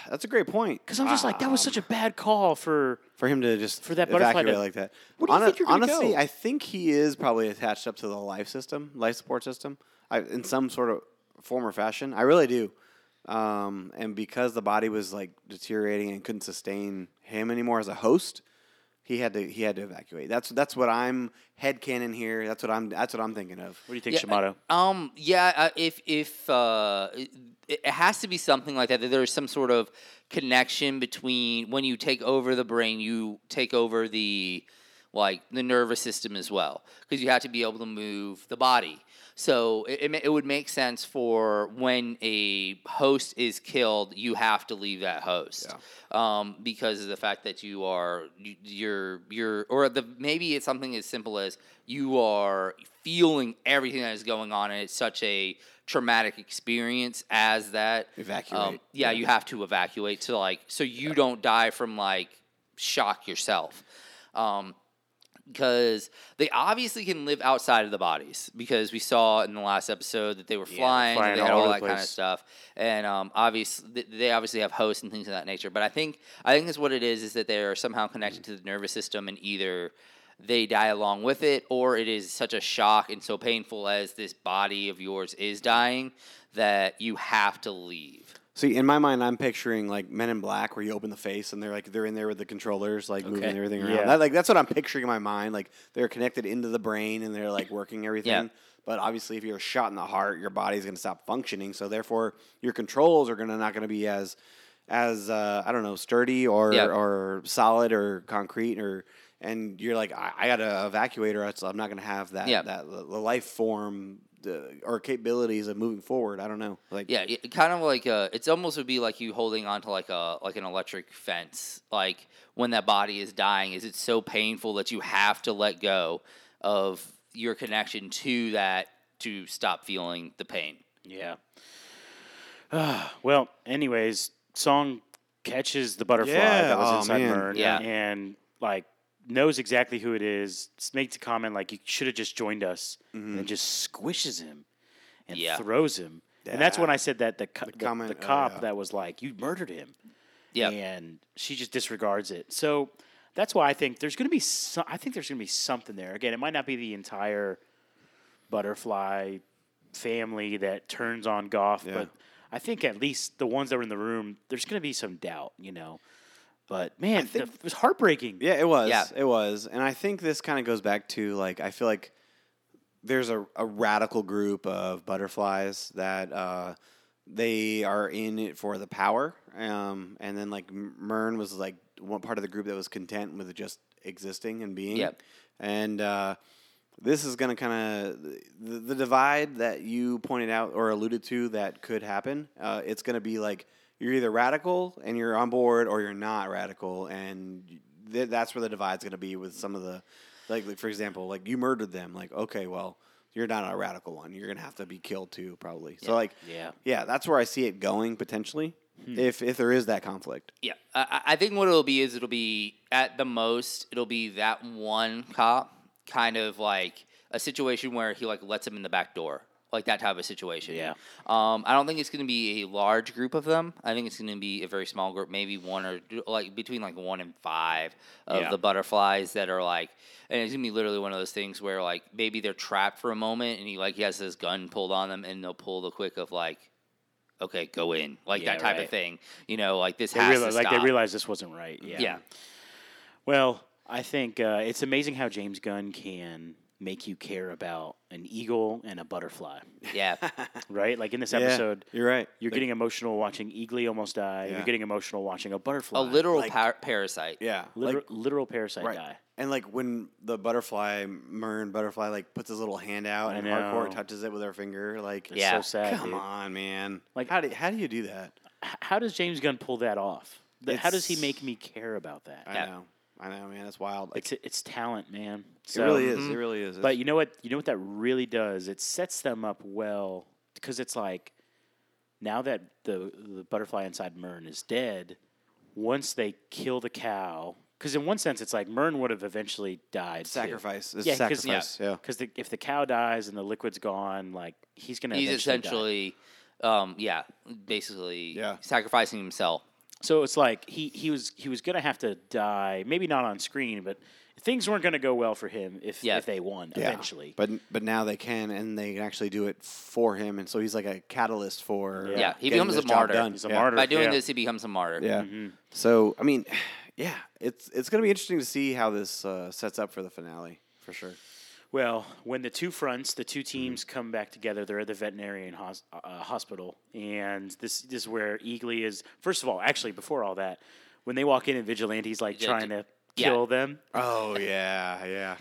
S2: That's a great point. Ah,
S1: Because I'm just like, that was such a bad call for.
S2: for him to just
S1: For that butterfly
S2: evacuate
S1: to-
S2: like that.
S1: Where do you think you're gonna
S2: honestly,
S1: go?
S2: I think he is probably attached up to the life system, life support system, I, in some sort of form or fashion. I really do. Um, and because the body was like deteriorating and couldn't sustain him anymore as a host, he had to he had to evacuate. That's that's what I'm headcanon here. That's what I'm that's what I'm thinking of.
S1: What do you think, Shamato?
S3: Um. Yeah. Uh, if if uh, it, it has to be something like that. That there's some sort of connection between when you take over the brain, you take over the like the nervous system as well, because you have to be able to move the body. So it, it, ma- it would make sense for when a host is killed, you have to leave that host um, because of the fact that you are you- you're you're or the maybe it's something as simple as you are feeling everything that is going on and it's such a traumatic experience as that um,
S2: Evacuate.
S3: yeah, you have to evacuate to like so you don't die from like shock yourself. Um, because they obviously can live outside of the bodies because we saw in the last episode that they were flying,
S1: flying
S3: they
S1: all
S3: had all,
S1: over the
S3: that kind of
S1: place.
S3: stuff, and um, obviously they obviously have hosts and things of that nature. But I think I think that's what it is is that they are somehow connected to the nervous system, and either they die along with it, or it is such a shock and so painful as this body of yours is dying that you have to leave.
S2: See, in my mind, I'm picturing like Men in Black, where you open the face and they're like they're in there with the controllers, like moving
S3: Okay.
S2: everything around.
S1: Yeah.
S2: That- like that's what I'm picturing in my mind. Like they're connected into the brain and they're like working everything. But obviously, if you're shot in the heart, your body's going to stop functioning. So therefore, your controls are going to not going to be as as uh, I don't know sturdy or
S3: Yeah.
S2: or solid or concrete or and you're like, I, I got to evacuate, or else I'm not going to have that
S3: Yeah.
S2: that the life form the, or capabilities of moving forward. I don't know. Like,
S3: Yeah, it, kind of like uh it's almost would be like you holding onto like a like an electric fence. Like when that body is dying, is it so painful that you have to let go of your connection to that to stop feeling the pain?
S1: Yeah. well, anyways, song catches the butterfly
S2: Yeah,
S1: that was
S2: aw,
S1: inside
S2: man.
S1: Mern,
S3: Yeah.
S1: and like knows exactly who it is. s- Makes a comment like you should have just joined us,
S2: Mm-hmm.
S1: and just squishes him and
S3: Yeah.
S1: throws him. And that's when
S2: Yeah.
S1: I said that the, co- the,
S2: comment,
S1: the
S2: oh,
S1: cop
S2: yeah.
S1: that was like, "You murdered him,"
S3: Yeah.
S1: and she just disregards it. So that's why I think there's going to be. So- I think there's going to be something there. Again, it might not be the entire butterfly family that turns on Goff,
S2: Yeah.
S1: but I think at least the ones that were in the room, there's going to be some doubt, you know. But man, the- it was heartbreaking.
S2: Yeah, it was.
S3: Yeah.
S2: It was. And I think this kind of goes back to like I feel like there's a, a radical group of butterflies that uh, they are in it for the power. Um, and then like M- Mern was like one part of the group that was content with just existing and being.
S3: Yep.
S2: And uh, this is going to kind of the, the divide that you pointed out or alluded to that could happen. Uh, it's going to be like you're either radical and you're on board, or you're not radical, and th- that's where the divide's going to be with some of the like, like, for example, like you murdered them. Like, okay, well, you're not a radical one. You're going to have to be killed too, probably. So like,
S1: Yeah.
S2: yeah, that's where I see it going potentially.
S1: Hmm.
S2: If if there is that conflict,
S3: Yeah, I, I I think what it'll be is it'll be at the most it'll be that one cop kind of like a situation where he like lets him in the back door, like that type of situation.
S1: Yeah.
S3: Um, I don't think it's going to be a large group of them. I think it's going to be a very small group, maybe one or like between like one and five of
S1: Yeah.
S3: the butterflies that are like, and it's going to be literally one of those things where like maybe they're trapped for a moment and he like he has his gun pulled on them and they'll pull the quick of like. Okay, go in like
S1: Yeah,
S3: that type
S1: right.
S3: of thing. You know, like this
S1: They
S3: has
S1: reali-
S3: to
S1: like they
S3: stop.
S1: realized this wasn't right. Yeah.
S3: Yeah.
S1: Well, I think uh, it's amazing how James Gunn can make you care about an eagle and a butterfly,
S3: Yeah.
S1: right? Like in this
S2: Yeah,
S1: episode,
S2: you're right.
S1: You're
S2: Like,
S1: getting emotional watching Eagly almost die.
S2: Yeah.
S1: You're getting emotional watching a butterfly.
S3: A literal
S2: Like-
S3: par- parasite.
S2: yeah,
S1: liter-
S2: like
S1: literal parasite
S2: right.
S1: die.
S2: And like when the butterfly, Mern butterfly, like puts his little hand out
S1: I
S2: and
S1: know.
S2: hardcore touches it with her finger, like
S1: It's
S3: Yeah.
S1: so sad.
S2: Come
S1: dude.
S2: on, man. Like
S1: Like-
S2: how do how do you do that?
S1: H- How does James Gunn pull that off? Th- How does he
S2: It's-
S1: make me care about that?
S2: I
S3: Yeah.
S2: know. I know, man. That's wild. Like,
S1: it's it's talent, man.
S2: it really is.
S3: Mhm.
S2: It really is.
S1: But you know what? You know what that really does? It sets them up well because it's like now that the the butterfly inside Mern is dead, once they kill the cow. Because in one sense, it's like Mern would have eventually died.
S2: It's
S1: too.
S2: sacrifice. It's
S1: Yeah, 'cause- yeah.
S2: sacrifice. Yeah.
S1: Because if the cow dies and the liquid's gone, like he's gonna
S3: He's
S1: eventually die.
S3: essentially, um, yeah, basically
S2: Yeah.
S3: sacrificing himself.
S1: So it's like he he was he was gonna have to die. Maybe not on screen, but things weren't gonna go well for him if
S3: Yeah.
S1: if they won
S2: Yeah.
S1: eventually.
S2: But but now they can and they can actually do it for him and so he's like a catalyst for
S1: Yeah.
S3: Yeah, he
S2: getting
S3: becomes a
S2: this job
S3: martyr.
S2: done.
S1: He's a
S2: yeah.
S1: martyr.
S3: By doing
S1: yeah.
S3: this, he becomes a martyr.
S2: Yeah.
S1: Mm-hmm.
S2: So I mean, yeah, it's it's gonna be interesting to see how this uh, sets up for the finale for sure.
S1: Well, when the two fronts, the two
S2: Mm-hmm.
S1: teams come back together, they're at the veterinarian hos- uh, hospital, and this, this is where Eagly is. First of all, actually, before all that, when they walk in and Vigilante's like
S3: Yeah,
S1: trying to
S3: yeah.
S1: kill them,
S2: Oh yeah, yeah.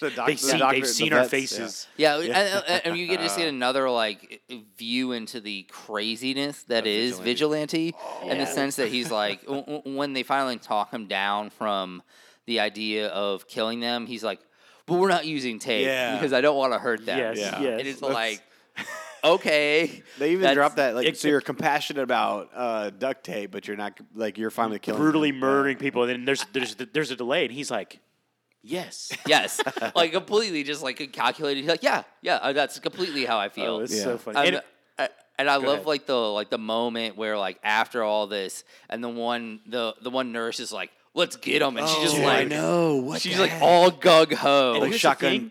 S2: The doc-
S1: they
S2: the
S1: see,
S2: doctor-
S1: they've
S2: the
S1: seen our
S2: vets, yeah. Uh.
S1: faces.
S3: Yeah, and- and, and you get to see another like view into the craziness that is vigilante, in
S2: Oh,
S1: Yeah.
S3: the sense that he's like w- w- when they finally talk him down from the idea of killing them, he's like, "But we're not using tape
S2: Yeah.
S3: because I don't want to hurt them."
S1: Yes,
S2: Yeah.
S1: yes.
S3: and it's like, okay,
S2: They even
S3: That's-
S2: dropped that like
S1: it-
S2: so you're compassionate about uh, duct tape, but you're not like you're finally killing
S1: brutally
S2: them.
S1: murdering people, and then there's there's there's a delay, and he's like, "Yes,
S3: Yes, like completely, just like calculated. Like, yeah, yeah, uh, that's completely how I
S1: oh,
S3: feel.
S1: it's
S2: Yeah.
S1: so funny."
S3: I'm-
S1: And-
S3: I- and I love
S1: ahead.
S3: like the like the moment where like after all this, and the one the the one nurse is like, "Let's get him," and she just
S2: Dude,
S3: like
S2: I know what
S3: she's
S2: the
S3: like
S2: heck?
S3: all gug
S1: And
S3: ho.
S2: like
S1: "Oh, here's the
S2: shotgun,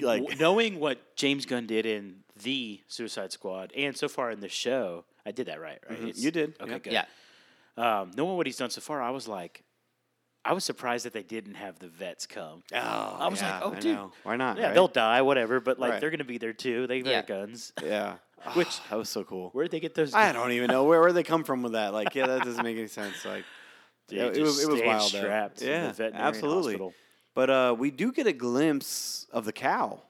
S2: like
S1: W- knowing what James Gunn did in the Suicide Squad, and so far in the show, I did that right, right? It's-
S2: Mm-hmm. You did.
S1: Okay,
S2: Yeah.
S1: good.
S3: Yeah,
S1: um, knowing what he's done so far, I was like, I was surprised that they didn't have the vets come.
S2: Oh, I
S1: was like, oh, dude.
S2: why not?
S1: Yeah,
S2: right?
S1: they'll die, whatever, but like
S2: Right.
S1: they're gonna be there too. They have
S3: Yeah.
S1: their guns.
S2: yeah.
S1: Which
S2: that was so cool.
S1: where did they get those?
S2: I don't even know where where they come from with that. Like, yeah, that doesn't make any sense. Like,
S1: Dude,
S2: yeah, it
S1: just
S2: was it was
S1: stayed
S2: wild. though.
S1: Strapped. in the
S2: Yeah,
S1: veterinarian
S2: absolutely.
S1: hospital.
S2: But uh, we do get a glimpse of the cow.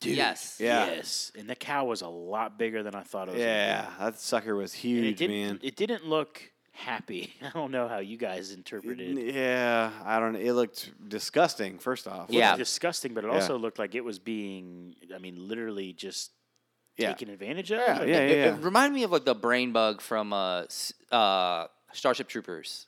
S1: Dude,
S3: Yes.
S2: Yeah.
S1: Yes. And the cow was a lot bigger than I thought it was.
S2: Yeah, that sucker was
S1: And
S2: huge,
S1: it didn't,
S2: man.
S1: It didn't look happy. I don't know how you guys interpreted it.
S2: Yeah, I don't. It looked disgusting. First off,
S1: It
S3: Yeah.
S1: was disgusting, but it
S2: Yeah.
S1: also looked like it was being, I mean, literally just
S2: Yeah.
S1: taken advantage of.
S2: Yeah,
S1: Like,
S2: yeah,
S3: It-
S2: yeah.
S3: it, it reminded me of like the brain bug from uh, s- uh, Starship Troopers.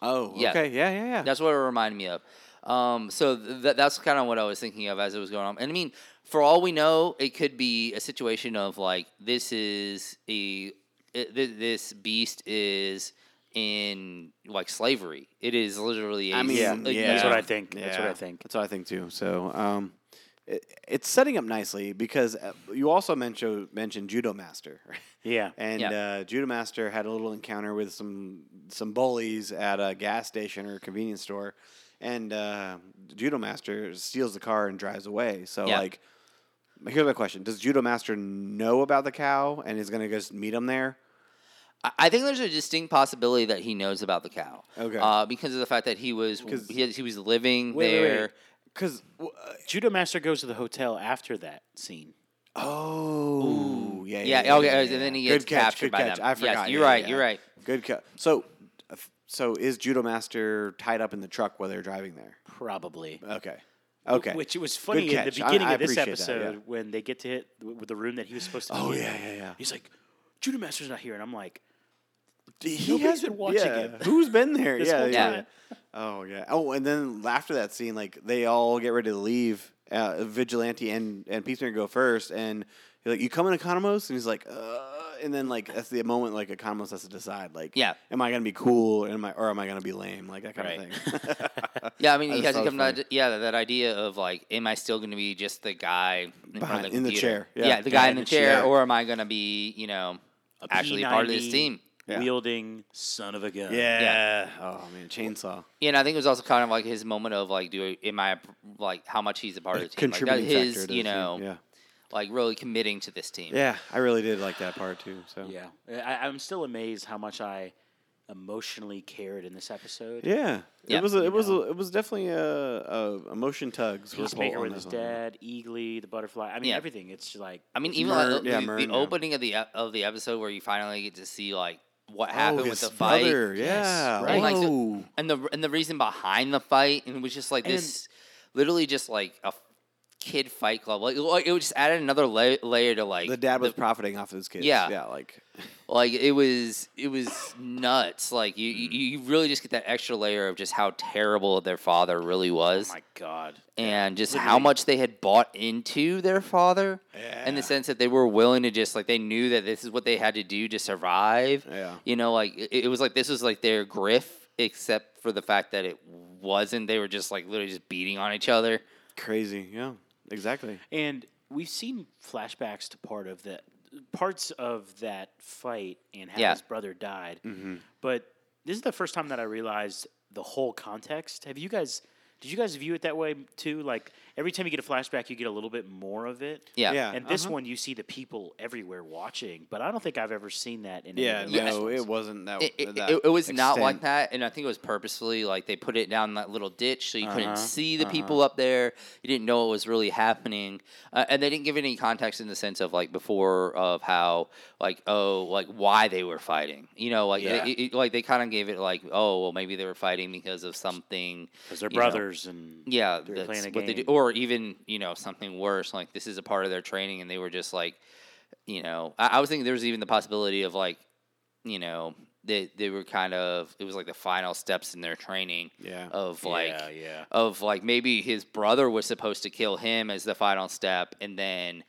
S2: Oh,
S3: Yeah.
S2: okay, yeah, yeah, yeah.
S3: That's what it reminded me of. Um, so th- th- that's kind of what I was thinking of as it was going on. And I mean, for all we know, it could be a situation of like this is a it, th- this beast is in like slavery. It is literally. a
S2: I
S3: s-
S2: mean,
S1: Yeah,
S3: like,
S2: yeah.
S1: That's what I think. That's what
S2: Yeah,
S1: I think.
S2: That's what I think too. So, um, it, it's setting up nicely because uh, you also mentioned mentioned judo master,
S1: Yeah.
S2: and
S3: Yeah.
S2: uh, judo master had a little encounter with some some bullies at a gas station or convenience store, and uh, judo master steals the car and drives away. So
S3: Yeah.
S2: like. Here's my question: Does Judo Master know about the cow and is going to just meet him there?
S3: I- I think there's a distinct possibility that he knows about the cow.
S2: Okay.
S3: Uh, because of the fact that he was
S2: 'Cause-
S3: he, he was living
S1: Wait, wait, wait.
S3: there.
S2: Because
S1: Judo Master goes to the hotel after that scene.
S2: oh yeah
S3: Yeah, okay, and then he gets captured
S2: good
S3: by
S2: catch.
S3: them.
S2: I
S3: Yes,
S2: forgot.
S3: you're
S2: yeah,
S3: right,
S2: yeah.
S3: you're right.
S2: Good catch. So, f- so is Judo Master tied up in the truck while they're driving there?
S1: Probably.
S2: Okay, Uh, okay.
S1: Which it was funny at the
S2: catch. I-
S1: beginning
S2: I
S1: of this
S2: appreciate that,
S1: episode
S2: yeah.
S1: when they get to hit with the room that he was supposed to
S2: Oh,
S1: be in.
S2: yeah, yeah, yeah.
S1: He's like, Judo Master's not here. And I'm like,
S2: He
S1: Nobody's been watching
S2: yeah.
S1: him.
S2: Who's been there?
S1: This
S2: yeah,
S1: whole
S2: yeah.
S1: time.
S2: Oh yeah. Oh, and then after that scene, like they all get ready to leave. Uh, Vigilante and and Peacemaker go first, and he's like, "You coming, Economos?" And he's like, "Uh." And then like that's the moment like Economos has to decide, like,
S3: Yeah.
S2: am I gonna be cool? Am I or am I gonna be lame? Like that kind
S1: Right.
S2: of thing."
S3: Yeah, I mean,
S2: I
S3: he
S2: just
S3: has to
S2: thought it
S3: come
S2: was
S3: to that, yeah, that- that idea of like, am I still going to be just the guy in, front
S2: Behind-
S3: of the
S2: in the
S3: computer?
S2: chair, yeah.
S3: the guy in
S2: Behind
S3: the
S2: the
S3: chair,
S2: chair.
S3: or am I going to be, you know, actually part of this
S1: P90
S3: team?
S2: Yeah.
S1: Wielding son of a gun.
S2: yeah. Oh man, chainsaw.
S3: Yeah, and I think it was also kind of like his moment of like, do I- am I like how much he's a part of the team? Like, that,
S2: Contributing
S3: his,
S2: factor. to
S3: you
S2: the scene.
S3: know,
S2: Yeah.
S3: like really committing to this team.
S2: Yeah, I really did like that part too. So.
S1: Yeah. I, I'm still amazed how much I emotionally cared in this episode.
S2: Yeah.
S3: Yeah,
S2: it was a,
S1: you
S2: it was
S1: know.
S2: a, it was definitely a, a emotion tugs. were pulled
S1: Peacemaker
S2: on
S1: with
S2: this
S1: his
S2: one.
S1: dad, Eagly, the butterfly. I mean,
S3: Yeah.
S1: everything. It's like
S3: I mean, even
S2: Myrn-
S3: like the,
S2: yeah,
S3: the- the
S2: Myrn, yeah.
S3: opening of the ep- of the episode where you finally get to see like what
S2: Oh,
S3: happened with
S2: his
S3: the fight.
S2: brother, Yeah.
S1: right.
S3: And, like, the-
S2: Whoa.
S3: and the and the reason behind the fight and it was just like this, literally just like a f- kid fight club. Like, like, it was just added another la- layer to like
S2: the dad was profiting off of his kids.
S3: Yeah.
S2: yeah, like
S3: like it was it was nuts. Like you you you really just get that extra layer of just how terrible their father really was.
S1: oh my god.
S3: and just how much they had bought into their father in
S2: Yeah.
S3: the sense that they were willing to just like they knew that this is what they had to do to survive
S2: Yeah.
S3: you know like it, it was like this was like their griff except for the fact that it wasn't they were just like literally just beating on each other
S2: crazy. Yeah, exactly.
S1: And we've seen flashbacks to part of that, parts of that fight and how
S3: Yeah. Mm-hmm.
S1: his brother died. But this is the first time that I realized the whole context. Have you guys? Did you guys view it that way too? Like every time you get a flashback, you get a little bit more of it.
S3: yeah
S2: Yeah.
S1: And this
S2: uh-huh.
S1: one, you see the people everywhere watching, but I don't think I've ever seen that in. any
S2: Yeah,
S1: of the past
S2: no,
S1: ones.
S2: it wasn't that.
S3: it, it,
S2: that
S3: it- it was not like
S2: extent.
S3: that and i think it was purposefully like they put it down that little ditch so you
S1: Uh-huh,
S3: couldn't see the people up there you didn't know what was really happening uh, and they didn't give any context in the sense of like before of how like oh like why they were fighting you know like
S1: Yeah.
S3: it, it- like they kind of gave it like oh well maybe they were fighting because of something
S1: 'Cause they're
S3: you know,
S1: brothers and
S3: yeah,
S1: They were
S3: that's
S1: playing a
S3: what they do.
S1: game.
S3: Or even you know something worse. Like this is a part of their training, and they were just like, you know, I, I was thinking there was even the possibility of like, you know, they they were kind of it was like the final steps in their training
S2: Yeah.
S3: of like
S1: yeah, yeah.
S3: of like maybe his brother was supposed to kill him as the final step, and then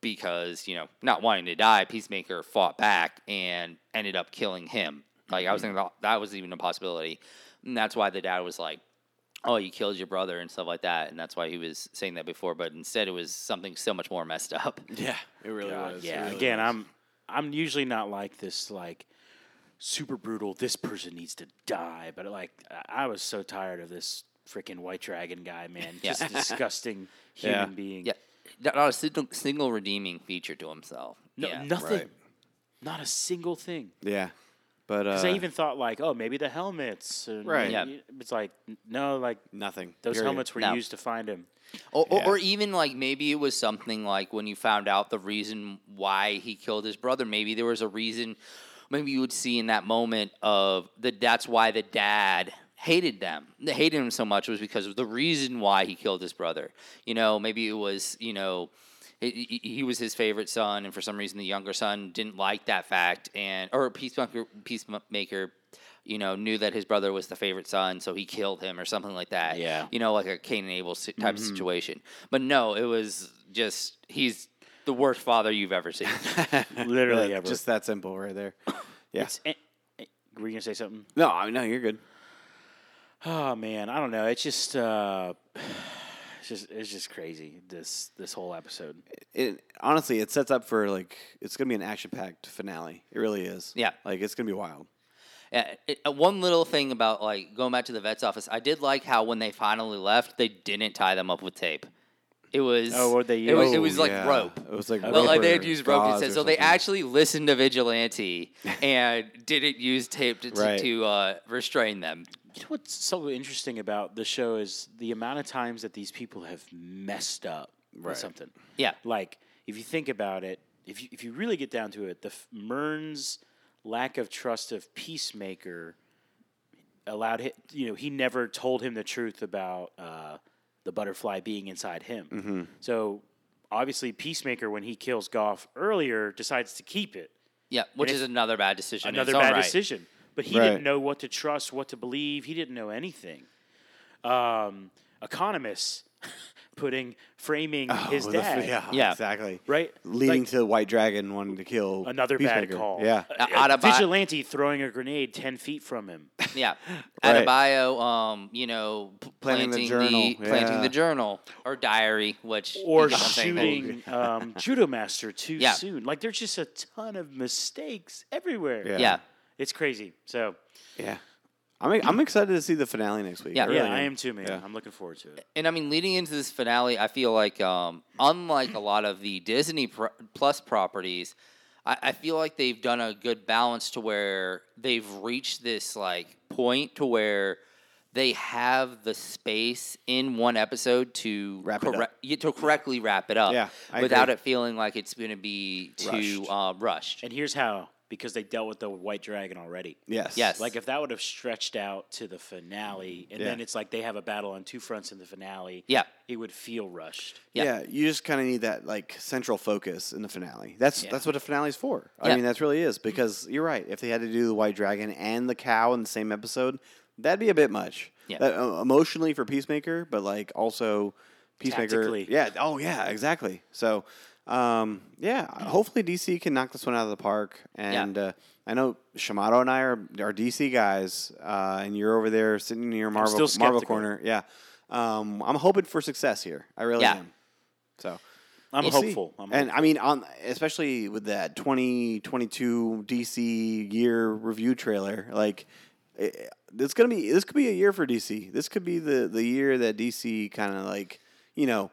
S3: because you know not wanting to die, Peacemaker fought back and ended up killing him. Like I was thinking about, that was even a possibility, and that's why the dad was like, "Oh, you killed your brother" and stuff like that, and that's why he was saying that before. But instead, it was something so much more messed up.
S2: Yeah, it really
S1: God,
S2: was.
S1: yeah. Again, I'm I'm usually not like this like super brutal. This person needs to die, but like I- I was so tired of this freaking white dragon guy, man.
S3: Yeah.
S1: Just disgusting human
S2: Yeah.
S1: being.
S3: Yeah, not a single, single redeeming feature to himself.
S1: No,
S3: yeah.
S1: nothing.
S2: Right.
S1: Not a single thing.
S2: Yeah. But uh,
S1: Because I even thought like, oh, maybe the helmets. and-
S2: Right.
S3: Yeah.
S1: It's like no, like
S2: nothing.
S1: those
S2: period.
S1: helmets were
S3: No.
S1: used to find him.
S3: Or, or,
S2: Yeah.
S3: or even like maybe it was something like when you found out the reason why he killed his brother. Maybe there was a reason. Maybe you would see in that moment of that. That's why the dad hated them. They hated him so much was because of the reason why he killed his brother. You know, maybe it was you know. He, he- he was his favorite son, and for some reason, the younger son didn't like that fact, and or peacemaker, peacemaker, you know, knew that his brother was the favorite son, so he killed him or something like that
S1: Yeah. Mm-hmm.
S3: you know, like a Cain and Abel si- type of situation. But no, it was just he's the worst father you've ever seen.
S1: Literally
S2: Yeah,
S1: ever.
S2: Just that simple, right there. Yeah.
S1: It's- eh, eh, were you gonna say something?
S2: no, I mean, no, you're good.
S1: Oh man, I don't know. It's just uh, it's just it's just crazy this this whole episode.
S2: It honestly, it sets up for like it's gonna be an action-packed finale. It really is.
S3: Yeah.
S2: like it's gonna be wild.
S3: Yeah, it- uh, one little thing about like going back to the vet's office, I did like how when they finally left, they didn't tie them up with tape. It was
S1: Oh, what'd they
S3: It was, it
S1: use?
S3: was
S2: Oh,
S3: like
S2: yeah.
S3: rope.
S2: It was like
S1: Well,
S3: But like they
S2: or
S3: had used rope
S2: gauze
S3: instead,
S2: or
S3: so they
S2: something.
S3: actually listened to vigilante and didn't use tape to, to,
S2: Right.
S3: to uh, restrain them.
S1: You know what's so interesting about the show is the amount of times that these people have messed up
S2: Right.
S1: with something.
S3: Yeah,
S1: Like if you think about it, if you, if you really get down to it, the f- Mern's lack of trust of Peacemaker allowed him. You know, he never told him the truth about uh, the butterfly being inside him.
S2: Mm-hmm.
S1: So obviously, Peacemaker, when he kills Goff earlier, decides to keep it.
S3: yeah, which
S1: And
S3: is another bad decision. in
S1: Another
S3: its own
S1: bad
S3: right.
S1: decision. But he
S2: Right.
S1: didn't know what to trust, what to believe. He didn't know anything. Um, economists putting framing his
S2: Oh, the f-
S1: dad.
S2: yeah,
S3: Yeah.
S2: exactly.
S1: Right?
S2: leading
S1: Like-
S2: to White Dragon wanting to kill
S1: Another bad
S2: Peacemaker.
S1: call. Uh,
S2: Yeah,
S1: A- a
S3: Autobot-
S1: vigilante throwing a grenade ten feet from him.
S3: Yeah,
S2: Right.
S3: Adebayo, um, you know, p-
S2: Planting
S3: planting,
S2: the
S3: the,
S2: journal,
S3: planting
S2: yeah.
S3: the journal or diary, which
S1: Or
S3: is something that-
S1: shooting um, Judo Master too
S3: Yeah.
S1: soon. Like there's just a ton of mistakes everywhere.
S2: Yeah.
S3: Yeah,
S1: It's crazy. So
S2: yeah. I'm I'm excited to see the finale next week.
S3: Yeah.
S1: yeah,
S2: really
S1: I am too, man.
S2: Yeah.
S1: I'm looking forward to it.
S3: and I mean, leading into this finale, I feel like, um, unlike a lot of the Disney pro- Plus properties, I, I feel like they've done a good balance to where they've reached this like point to where they have the space in one episode to
S2: Wrap it up.
S3: correct- yeah, to correctly wrap it up
S2: Yeah, I
S3: without
S2: agree.
S3: it feeling like it's going to be too
S1: Rushed.
S3: uh, rushed.
S1: And here's how because they dealt with the White Dragon already.
S2: Yes.
S3: Yes.
S1: Like if that would have stretched out to the finale, and
S2: Yeah.
S1: then it's like they have a battle on two fronts in the finale.
S3: Yeah.
S1: it would feel rushed.
S2: Yeah.
S3: Yeah.
S2: you just kind of need that like central focus in the finale. That's that's what a finale's for. I
S3: Yeah.
S2: mean, that's really is because you're right. If they had to do the White Dragon and the cow in the same episode, that'd be a bit much.
S3: Yeah.
S2: That, uh, emotionally for Peacemaker, but like also Peacemaker.
S1: Tactically.
S2: Yeah. Oh yeah. Exactly. So, um, yeah. Hopefully DC can knock this one out of the park. And uh, I know Shamato and I are are DC guys, uh, and you're over there sitting in your Marvel
S1: still
S2: Marvel
S1: skeptical.
S2: corner. Yeah. Um, I'm hoping for success here. I really
S3: Yeah.
S2: am. So
S1: I'm
S3: We'll see.
S1: hopeful. I'm
S2: and I mean, on especially with that 2022 DC year review trailer, like it, it's gonna be this could be a year for DC. This could be the the year that DC kind of like you know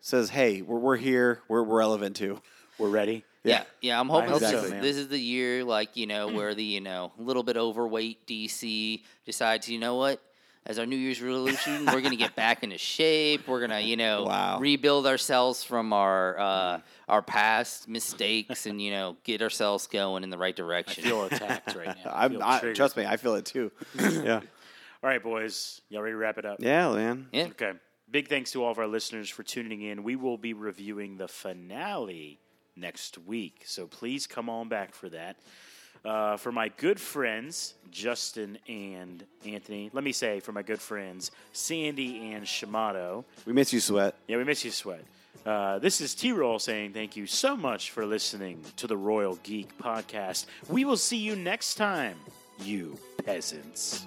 S2: says, "Hey, we're we're here. We're we're relevant too."
S1: we're ready.
S3: Yeah, yeah. I'm hoping
S1: hope
S3: this,
S2: so,
S3: is,
S1: man.
S3: this is the year, like you know,
S1: Mm.
S3: where the you know little bit overweight DC decides, you know what, as our New Year's resolution, we're gonna get back into shape. We're gonna you know
S2: Wow.
S3: rebuild ourselves from our uh, our past mistakes and you know get ourselves going in the right
S1: I
S3: direction.
S1: feel attacked right now. I
S2: I'm
S1: feel
S2: I,
S1: triggered.
S2: trust me, I feel it too. yeah,
S1: All right, boys, y'all ready to wrap it up?
S2: yeah, man.
S3: Yeah.
S1: Okay. Big thanks to all of our listeners for tuning in. We will be reviewing the finale next week, so please come on back for that. Uh, for my good friends, Justin and Anthony, let me say for my good friends, Sandy and Shamato,
S2: We miss you, sweat.
S1: Yeah, we miss you, Sweat. Uh, this is T Roll saying thank you so much for listening to the Royal Geek Podcast. We will see you next time, you peasants.